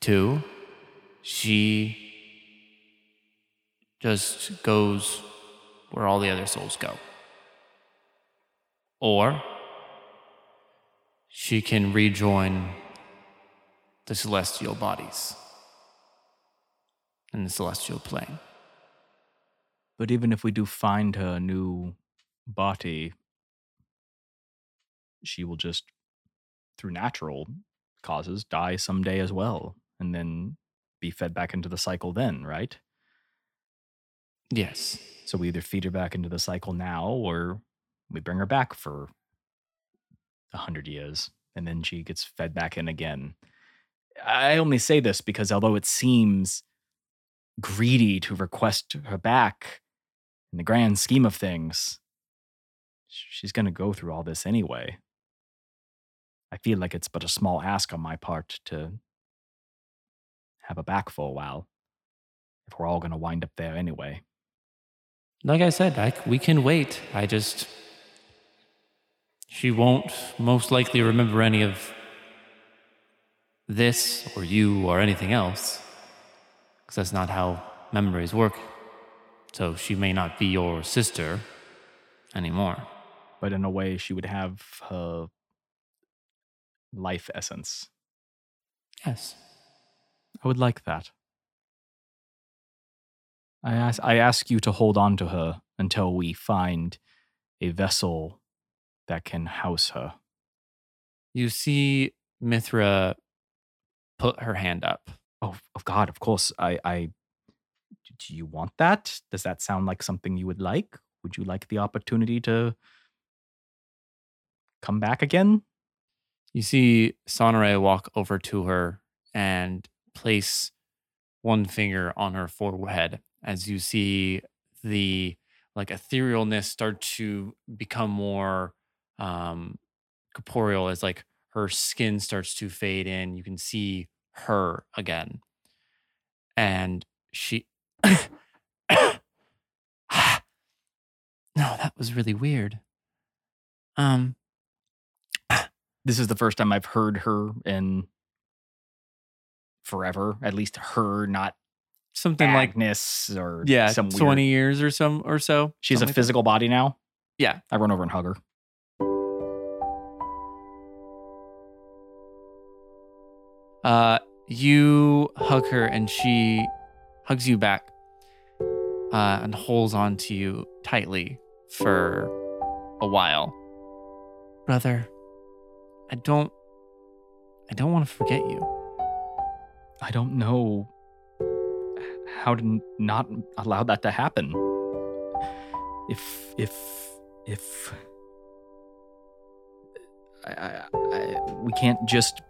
Speaker 2: Two, she just goes where all the other souls go. Or she can rejoin the celestial bodies in the celestial plane.
Speaker 3: But even if we do find her new body, she will just, through natural causes, die someday as well, and then be fed back into the cycle then, right?
Speaker 2: Yes.
Speaker 3: So we either feed her back into the cycle now or we bring her back for a hundred years and then she gets fed back in again. I only say this because although it seems greedy to request her back in the grand scheme of things, she's going to go through all this anyway. I feel like it's but a small ask on my part to have her back for a while. If we're all going to wind up there anyway.
Speaker 2: Like I said, I c we can wait. I just. She won't most likely remember any of this or you or anything else. Because that's not how memories work. So she may not be your sister anymore.
Speaker 3: But in a way, she would have her life essence.
Speaker 2: Yes.
Speaker 3: I would like that. I ask, I ask you to hold on to her until we find a vessel that can house her.
Speaker 2: You see Mithra put her hand up.
Speaker 3: Oh, of God, of course. I, I. Do you want that? Does that sound like something you would like? Would you like the opportunity to come back again?
Speaker 2: You see Sonore walk over to her and place one finger on her forehead as you see the like etherealness start to become more um corporeal as like her skin starts to fade in you can see her again and she (coughs) no that was really weird um
Speaker 3: This is the first time I've heard her in forever. At least her, not
Speaker 2: something like
Speaker 3: Agnes or
Speaker 2: yeah
Speaker 3: some weird-
Speaker 2: 20 years or some or so
Speaker 3: She has a
Speaker 2: something like that.
Speaker 3: physical body now.
Speaker 2: Yeah.
Speaker 3: I run over and hug her.
Speaker 2: Uh, you hug her and she hugs you back uh, and holds on to you tightly for a while. Brother, I don't I don't want to forget you.
Speaker 3: I don't know how to n- not allow that to happen. If if if I, I, I, we can't just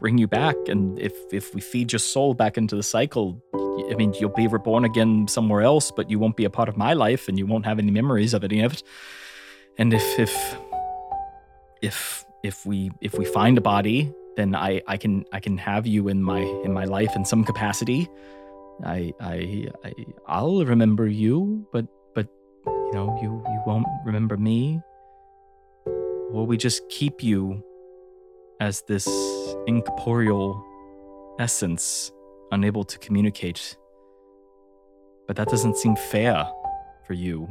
Speaker 3: bring you back, and if if we feed your soul back into the cycle, y- I mean, you'll be reborn again somewhere else, but you won't be a part of my life, and you won't have any memories of any of it. And if if if if we if we find a body then i i can i can have you in my in my life in some capacity i i, I i'll remember you but but you know you you won't remember me or we just keep you as this incorporeal essence unable to communicate but that doesn't seem fair for you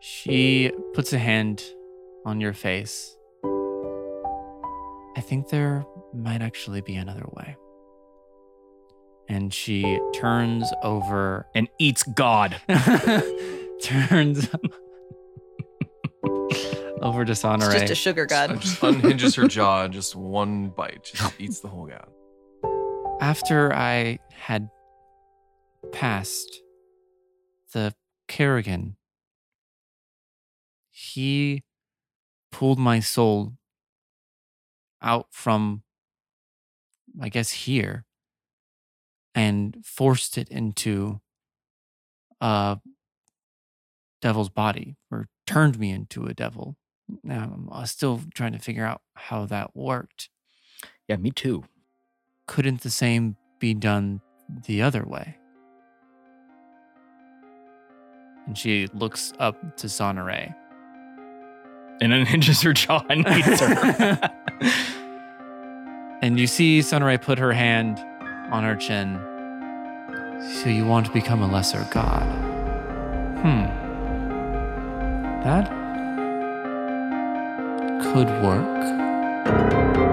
Speaker 2: She puts a hand on your face. I think there might actually be another way. And she turns over
Speaker 3: and eats god
Speaker 2: (laughs) turns (laughs) over to
Speaker 6: It's
Speaker 2: Sonore.
Speaker 6: just a sugar god.
Speaker 1: Just
Speaker 6: (laughs)
Speaker 1: unhinges her jaw, just one bite, just eats the whole guy.
Speaker 2: After I had passed the Kerrigan, he pulled my soul out from, I guess, here and forced it into a devil's body or turned me into a devil. Now I'm still trying to figure out how that worked
Speaker 3: yeah me too
Speaker 2: couldn't the same be done the other way? And she looks up to Sonore.
Speaker 3: and (laughs) unhinges her jaw and eats her.
Speaker 2: And you see Sonore put her hand on her chin. So you want to become a lesser god? Hmm. That could work.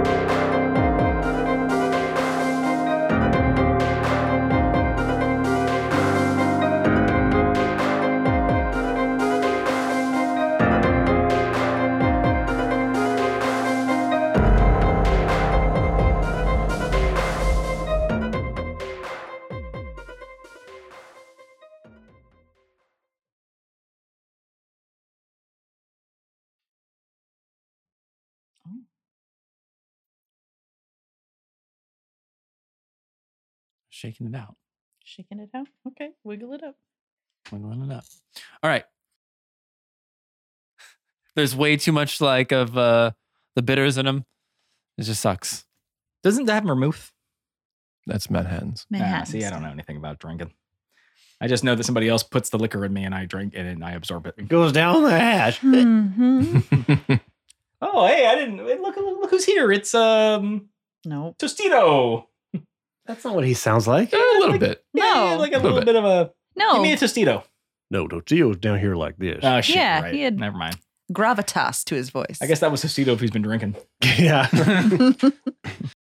Speaker 2: Shaking it out,
Speaker 12: Shaking it out. Okay, wiggle it up.
Speaker 2: wiggling it up. All right. There's way too much like of uh, the bitters in them. It just sucks.
Speaker 3: Doesn't that have vermouth?
Speaker 1: That's Manhattan's.
Speaker 3: Ah,
Speaker 4: Manhattan.
Speaker 3: see, I don't know anything about drinking. I just know that somebody else puts the liquor in me and I drink it and I absorb it. (laughs)
Speaker 5: It goes down the hatch.
Speaker 6: Mm-hmm.
Speaker 4: hmm
Speaker 3: Oh, hey, I didn't wait, look, look. Look who's here! It's um
Speaker 6: No.
Speaker 3: Tostito.
Speaker 5: That's not what he sounds like.
Speaker 1: Eh, a little bit.
Speaker 3: Yeah,
Speaker 6: No.
Speaker 3: like a
Speaker 1: Little
Speaker 3: little
Speaker 1: bit.
Speaker 3: bit. of a. Give
Speaker 4: No,
Speaker 3: me a Tostito.
Speaker 5: No, Tostito's down here like this. (laughs)
Speaker 3: Oh shit!
Speaker 4: Yeah,
Speaker 3: right.
Speaker 4: he had-
Speaker 3: Never mind.
Speaker 6: Gravitas to his voice. (laughs)
Speaker 3: I guess that was Tostito if he's been drinking.
Speaker 5: yeah.